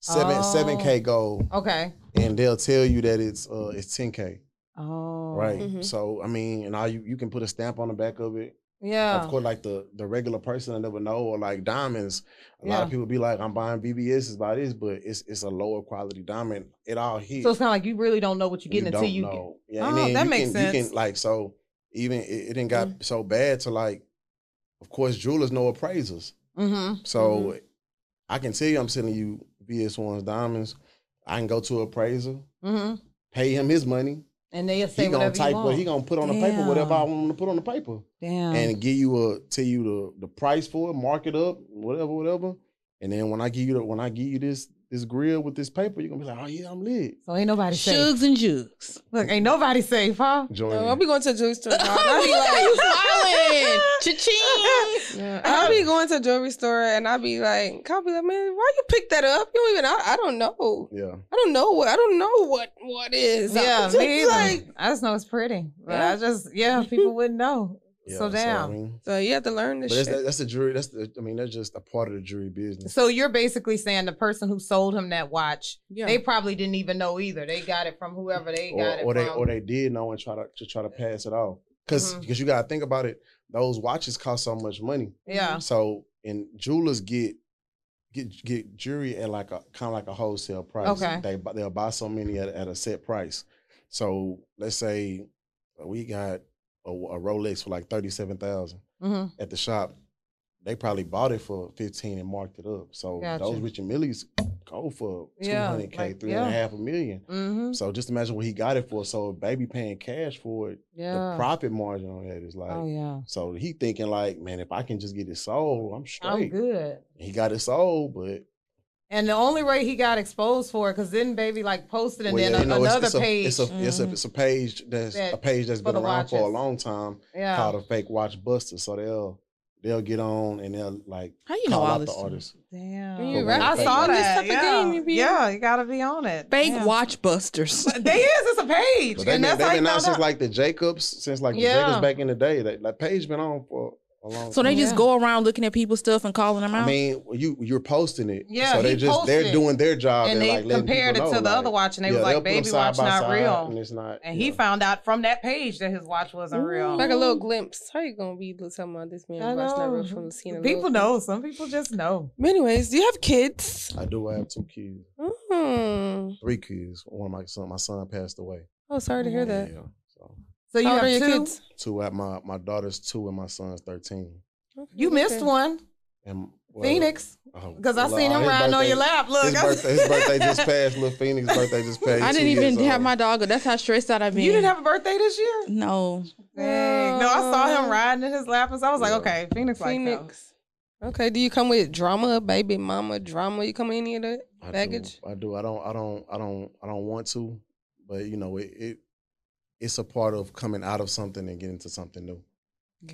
seven
Oh.
seven k gold,
okay,
and they'll tell you that it's uh it's ten k,
oh,
right?
Mhm.
So I mean, and all you you can put a stamp on the back of it.
yeah,
Of course, like the the regular person I never know, or like diamonds. A lot
Yeah.
of people be like, I'm buying VBSs by this, but it's it's a lower quality diamond. It all hits.
So it's kind of like you really don't know what you're getting until
don't
you get.
know. Yeah,
Oh,
and then
that
you
makes
can, You
sense. Mm.
can like so even it, it didn't got so bad to like. Of course, jewelers know appraisers,
Mm-hmm.
so I can tell you I'm sending you VS ones diamonds. I can go to an appraiser,
Mm-hmm.
pay him his money.
And they
He
say
gonna
whatever
type
you want. Uh.
what he gonna put on the paper, whatever I
Damn.
want him to put on the paper,
Damn.
and give you a tell you the the price for it, mark it up, whatever, whatever. And then when I give you the, when I give you this this grill with this paper, you're gonna be like, oh yeah, I'm lit.
so ain't nobody safe.
Shugs and jugs.
Look, ain't nobody safe, huh?
Join
No,
me.
I'll be going to jewelry store. tomorrow. I'll be like,
smiling. Cha-ching.
I'll be going to a jewelry store and I'll be like, I'll be like, man, why you pick that up? You don't even. I, I don't know.
yeah.
I don't know what. I don't know what. What is? I'm
Yeah,
just
me either.
Like,
I just know it's pretty. But
Yeah.
I just yeah, people wouldn't know.
Yeah,
So
I
damn.
mean,
So you have to learn this
but that's,
shit.
that's the jury. That's the, I mean, that's just a part of the jury business.
So you're basically saying the person who sold him that watch,
Yeah.
they probably didn't even know either. They got it from whoever they
or,
got it
or
from.
they or they did know and try to, to try to pass it off because
Mhm.
you got to think about it. Those watches cost so much money.
yeah.
So and jewelers get get get jewelry at like a kind of like a wholesale price.
Okay.
They bu- they'll buy so many at, at a set price. So let's say we got a, a Rolex for like thirty seven thousand
hmm
at the shop. They probably bought it for fifteen and marked it up. So
Gotcha.
those Richard Millies go for two
Yeah,
hundred k,
like,
three and a half
yeah.
a million.
hmm
So just imagine what he got it for. So baby paying cash for it, the
Yeah.
profit margin on that is like.
oh yeah.
So he thinking like, man, if I can just get it sold, I'm
I'm
straight.
good.
He got it sold, but
And the only way he got exposed for it, because then baby like posted and
well,
then
yeah,
a-
you know, it's-
another
it's, a-
page. mm-hmm.
It's a, it's a
Mhm.
it's a page that's a
That-
page that's
for
been
the
around for a
watches.
long time
yeah.
called a fake watch buster. So they'll they'll get on and they'll like
How you know
call
all
out
this?
the
stuff?
artists.
Damn.
You
right.
I
Fake
saw
on
this
that.
type of
Yeah.
game you be
yeah, you gotta be on it.
Fake
yeah.
watch busters.
They is. It's a page,
But they've
and
been,
that's
they
how
been
you
out
found
since
out.
like the Jacobs, since like the
Yeah.
Jacobs back in the day. That like, page been on for a long.
so
time.
they just
Yeah.
go around looking at people's stuff and calling them out.
I mean, you you're posting it.
Yeah,
So they
he
just
posted.
they're doing their job
and
and,
they
like letting
compared it to
people
the
know, like,
other watch, and they
yeah,
was
they'll
like,
put them
"Baby
side
watch
by
not
side And
real."
it's not.
And he
yeah.
found out from that page that his watch wasn't real.
Ooh.
Like a little glimpse. How you gonna be talking about this man
I
watching that
know.
real from the scene? a
People
little
know. Some people just know.
But anyways, do you have kids?
I do have two kids,
Mm.
three kids. One of my son, my son passed away.
Oh, sorry to hear that.
Yeah, so
So you
How old are
have
your
two.
kids?
two at my my daughter's two and my son's thirteen.
Okay,
You missed
okay.
one,
and well,
Phoenix,
oh,
because I
Lord,
seen him
his
riding on
birthday-
your lap. Look,
His
I was-
birthday, his birthday just passed. Little Phoenix birthday just passed.
I
Two
didn't even
years
have
old.
my dog. That's how stressed out I've been.
you didn't have a birthday this year.
no.
Dang. No, I saw him
Oh.
riding in his lap, and so I was like,
Yeah.
okay, Phoenix, Like
Phoenix. Okay, do you come with drama, baby mama drama? You come with any of that?
I do,
baggage?
I do. I don't. I don't. I don't. I don't want to, but you know it. it it's a part of coming out of something and getting into something new.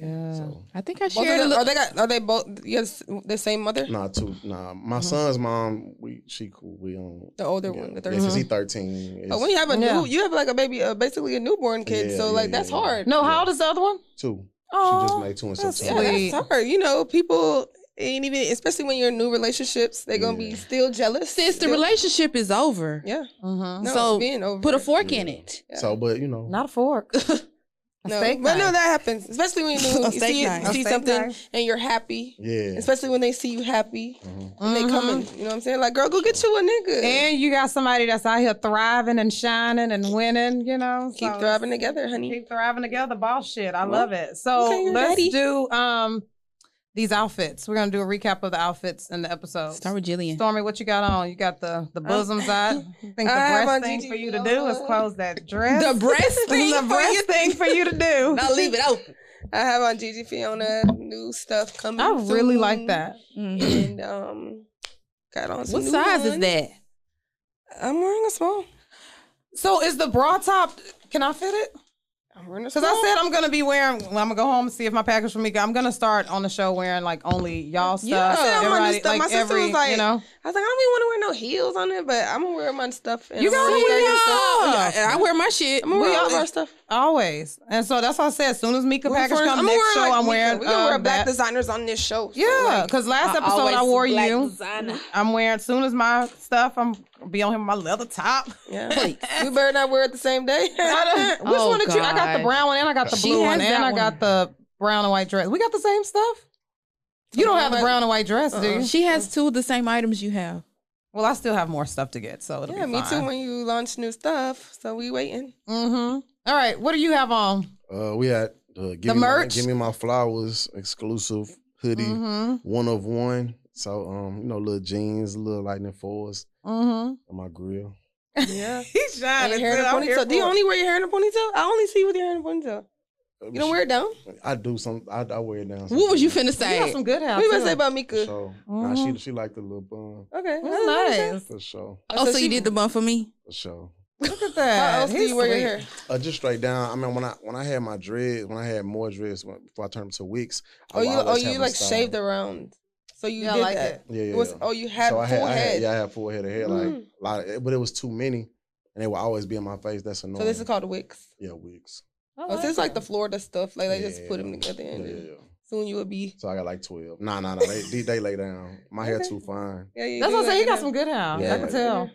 yeah.
So,
I think I
Both
shared a
of them,
little.
are they got? Are they both? Yes, the same mother.
nah, two, nah. My
Mhm.
son's mom, we she cool. We um,
The older
yeah, E
one, the
yeah,
third.
since
one.
he thirteen.
But
it's
Oh, when you have a
Yeah.
new, you have like a baby, uh, basically a newborn kid.
Yeah,
so
yeah,
like
yeah,
that's
yeah.
hard.
No, how old is the other one?
two, she just
Oh,
made two in
that's
September.
Yeah,
Wait.
that's hard. You know, people ain't even, especially when you're in new relationships, they're gonna
Yeah.
be still jealous.
Since the
Still-
relationship is over,
yeah.
mm-hmm.
No,
So,
being over
put a
it.
fork in
Yeah.
it.
Yeah.
So, but you know,
not a fork. A
No,
steak
but no,
knife.
that happens, especially when you,
A
you
steak
see,
knife.
you
A
see
steak
something
knife.
and you're happy.
yeah.
Especially when they see you happy,
Mhm.
and they come in. You know what I'm saying? Like, girl, go get you a nigga.
Mm-hmm. And you got somebody that's out here thriving and shining and winning, you know.
keep
so-
thriving together, honey.
Keep thriving together, boss shit. I
Well,
love it. So
okay, you're
let's
ready.
do um these outfits. We're gonna do a recap of the outfits in the episode.
Start with Jillian.
Stormy, what you got on? You got the the bosoms out. Uh, I think the
I have
breast
on
thing
Gigi
for you to do is
Lola.
close that dress.
The breast thing
the
for
breast
you-
thing for you to do.
Now leave it open.
I have on Gigi Fiona new stuff coming.
I really like
soon.
that.
Mhm.
And um, got on. Some
What
new
size is
ones.
that?
I'm wearing a small.
So is the bra top? Can I fit it?
I'm wearing a
Because
small.
I said I'm gonna be wearing. Well, I'm gonna go home and see if my package from me. I'm gonna start on the show weaing like only y'all stuff.
Yeah, I said I'm on
everybody-
this stuff. My sister was like,
you know,
I was like, I don't even want to wear no heels on it, but I'm gonna wear my stuff. And
You
I'm
gotta
gonna
wear your
Oh,
stuff.
yeah, I wear my shit.
I'm gonna
We
wear all
all-
of our stuff.
Always. And so that's why I said, as soon as Mika
We're
package
wearing-
come
I'ma
next
wear
show,
like
I'm
Mika.
wearing.
We gonna
uh,
wear black
that-
designers on this show. so,
Yeah,
like,
because last episode I,
always
wore
black
you.
designer.
I'm wearing. As soon as my stuff, I'm gonna be on him with my leather top.
yeah. we better not wear it the same day.
I don't- Which
Oh,
one did you? I got the
God.
brown one and I got the
She
blue one
has that
and I got
one.
the brown and white dress. We got the same stuff. You don't have the brown and white dress, do
Uh-uh.
you?
She has two of the same items you have.
Well, I still have more stuff to get, so it'll
yeah,
be
me
fine.
too. When you launch new stuff, so we waiting.
Mm-hmm. All right, what do you have on?
Uh, we had uh, give
The
me My,
merch?
give me my flowers exclusive hoodie,
Mm-hmm.
one of one. So um, you know, little jeans, little lightning fours,
Mm-hmm.
and my grill.
Yeah.
He's
And hair in a ponytail. Do you only wear your hair in a ponytail? I only see you with your hair in a ponytail. You don't wear it down.
I do some. I, I wear it down.
What was you
sometimes,
finna
You got
say?
some good hair.
What you about
too.
to say about Mika? Okay,
For sure. Nah, she
Mm-hmm.
Mhm.
she liked the little bun.
That's nice.
For sure.
Oh, so you did the bun for me?
For sure.
Look at
How
that.
else do
He's
you wear your
sweet.
hair?
Uh, just straight down. I mean, when I when I had my dreads, when I had more dreads when, before I turned to wigs. I
Oh,
would
you oh
always
you
have a
like
style.
shaved around. So you
Yeah, I
did
like
that.
it.
Yeah, yeah.
It was
yeah.
oh you had
so
full
I had, I
head.
had, yeah, I had full head of hair, like
Mm.
a lot, of, but it was too many, and they were always be in my face. That's annoying.
So this is called wigs.
yeah, wigs.
I
Oh, so it's like the Florida stuff. Like they just put
Yeah.
them together, and
Yeah,
then
yeah.
soon you would be.
So I got like twelve. Nah, nah, nah. They they, they lay down. My hair
Okay.
too fine.
Yeah, you
That's
do
what I'm
like
saying. You got
that.
some good hair. I
Yeah.
can tell.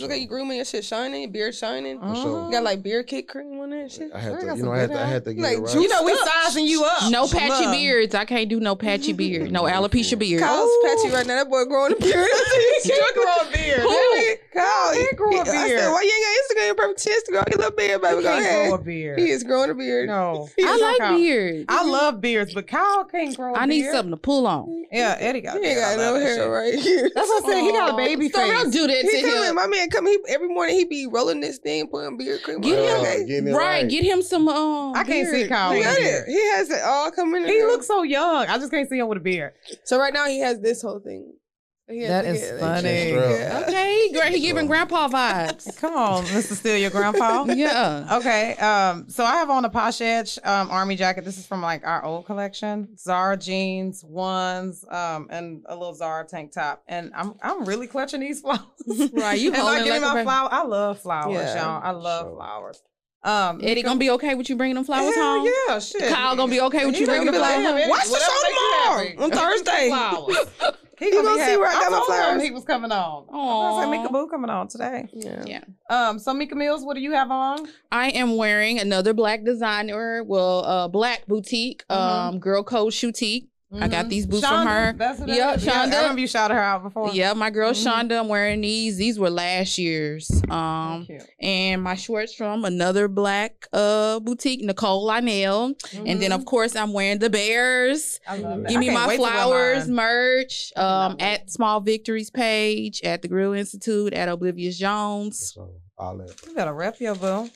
Look at you grooming your shit shining, your beard shining.
For
Mm-hmm.
sure.
You got like beard kick cream on that shit.
I had
I
to,
Uh-huh. got
you
some
know, I had
good
to, I
hair.
had to get
Like,
it right.
You know, we
Stuck.
sizing you up.
No patchy
Love.
beards. I can't do no patchy beard. No alopecia beard. Oh,
Kyle's patchy right now. That boy growing a beard. He can't grow a beard. Kyle,
He grew a
I
beard.
said, why you ain't got Instagram? Your perfect chance to grow your little beard, baby.
You
Go
can't grow a
ahead.
beard.
He is growing a beard.
No.
He is-
I like
Kyle.
beards.
I love beards, but Kyle can't grow I
I need something to pull on.
Yeah, Eddie got,
He
a
ain't
beard. I
got no
love that
hair
shit.
right here.
That's what I'm saying. He got a
Aw.
baby
So
face.
don't do that
He
to
coming,
him.
my man come. He every morning he be rolling this thing, putting beard cream.
Get
on.
him-
Okay.
uh, Getting it
right, get him some. Um,
I can't see
beard.
Kyle
He
with a
got
beard.
it. He has it all coming. in
He
there.
looks so young. I just can't see him with a beard.
so. Right now he has this whole thing. He has
That
to
is
get,
funny.
Yeah.
Okay, great. He giving grandpa vibes.
Come on, Mr. Steal Your Grandpa.
yeah.
Okay, um, so I have on a Posh Edge um, army jacket. This is from like our old collection, Zara jeans, ones, um, and a little Zara tank top. And I'm I'm really clutching these flowers.
Right, you
if I
holding
get
like
in
a
my
pre-
flower, I love flowers,
Yeah.
y'all. I love
Sure.
flowers. Um,
Eddie gonna be okay with you bringing them flowers
hell
home.
Yeah, shit.
Kyle gonna be okay with
He
you
gonna
bringing
be
them
like,
flowers home.
"Damn,
Watch the
whatever makes you
show
happy."
tomorrow on Thursday.
He gonna,
gonna
be
see where I
happy.
got my
told him
flowers.
He was coming on. I was like, Mika Boo coming on today.
Yeah.
Yeah.
Um, so Mika Mills, what do you have on?
I am wearing another black designer, well, uh, black boutique,
Mm-hmm.
um, girl code shoutique. I got these boots from
Shonda,
her.
That's what
Yep,
it is. yeah,
Shonda.
I remember you shouted her out before.
Yeah, my girl
Mhm.
Shonda, I'm wearing these. These were last year's. Um,
Oh, Cute.
and my shorts from another black uh boutique, Nicole Lionel. And
Mm-hmm.
then of course I'm wearing the bears.
I love that.
Give me
I can't
my
wait to wear
flowers
mine.
merch um,
Cannot wait.
at Small Victories page, at the Grill Institute, at Oblivious Jones.
So all that.
You better rep your boo.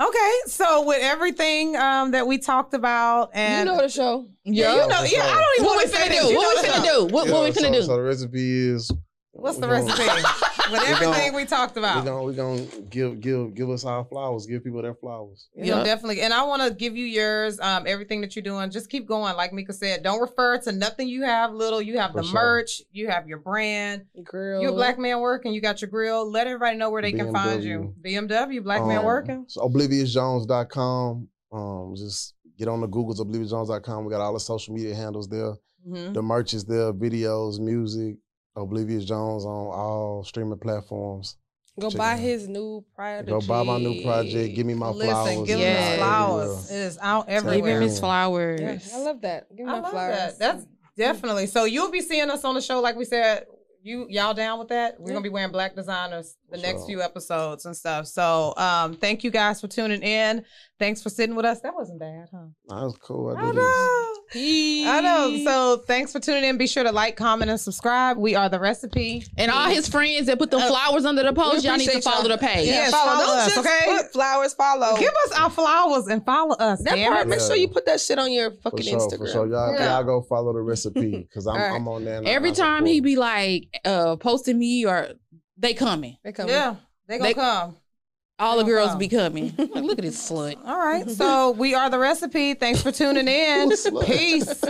Okay, so with everything um, that we talked about,
You
and
know the show.
yeah, you know, yeah, I don't even
What
want
we
to say
finna
this.
do?
You know
What we
the
finna
show.
do? What, what we
so,
finna
So
do?
the recipe is.
What's
we
the
gonna-
recipe? with everything we talked
We
about,
gonna we gonna give give give us our flowers. Give people their flowers.
you know, definitely. And I want to give you yours. Um, everything that you're doing, just keep going. Like Mika said, don't refer to nothing you have little. You have
For
the
sure.
merch. You have your brand.
Girl.
You're a black man working. You got your grill. Let everybody know where they can find you. BMW, black man
Um,
working.
So obliviousjones.com. Um, just get on the Google's obliviousjones.com. We got all the social media handles there.
hmm
The merch is there, videos, music. Oblivious Jones on all streaming platforms.
Go
Check
buy
it out.
his new project.
Go buy my new project. Give me my
Listen,
flowers.
give
It's
him
out
his
Yeah.
flowers. It
everywhere.
is out
Give him
everywhere.
his flowers.
Yeah, I love that. Give me
I
my
love
flowers.
that. That's definitely. So you'll be seeing us on the show, like we said. You y'all down with that? We're gonna be wearing black designers the
For
next
sure.
few episodes and stuff. So um, thank you guys for tuning in. That's for sitting with us. That wasn't bad, huh?
That's cool. I
I
do this.
know. I know. So thanks for tuning in. Be sure to like, comment, and subscribe. We are the recipe.
And all his friends that put the flowers under the post, Uh, y'all need to
appreciate
follow
y'all.
the page.
Yeah. Yes,
follow.
follow
Don't
us,
just
okay?
put flowers. Follow.
Give us our flowers and follow us.
Oh. that
damn
part.
it.
Make sure
Yeah.
you put that shit on your
For
fucking
sure,
Instagram.
for sure. Y'all,
Yeah.
y'all go follow the recipe because I'm,
Alright.
I'm on there. and I-
Every
I
time he
support.
be like uh posting me or they coming.
They coming.
Yeah, they gonna
They-
come.
All the
Oh,
girls
wow.
be coming. Like, look at this slut.
All right. So we are the recipe. Thanks for tuning in. Peace.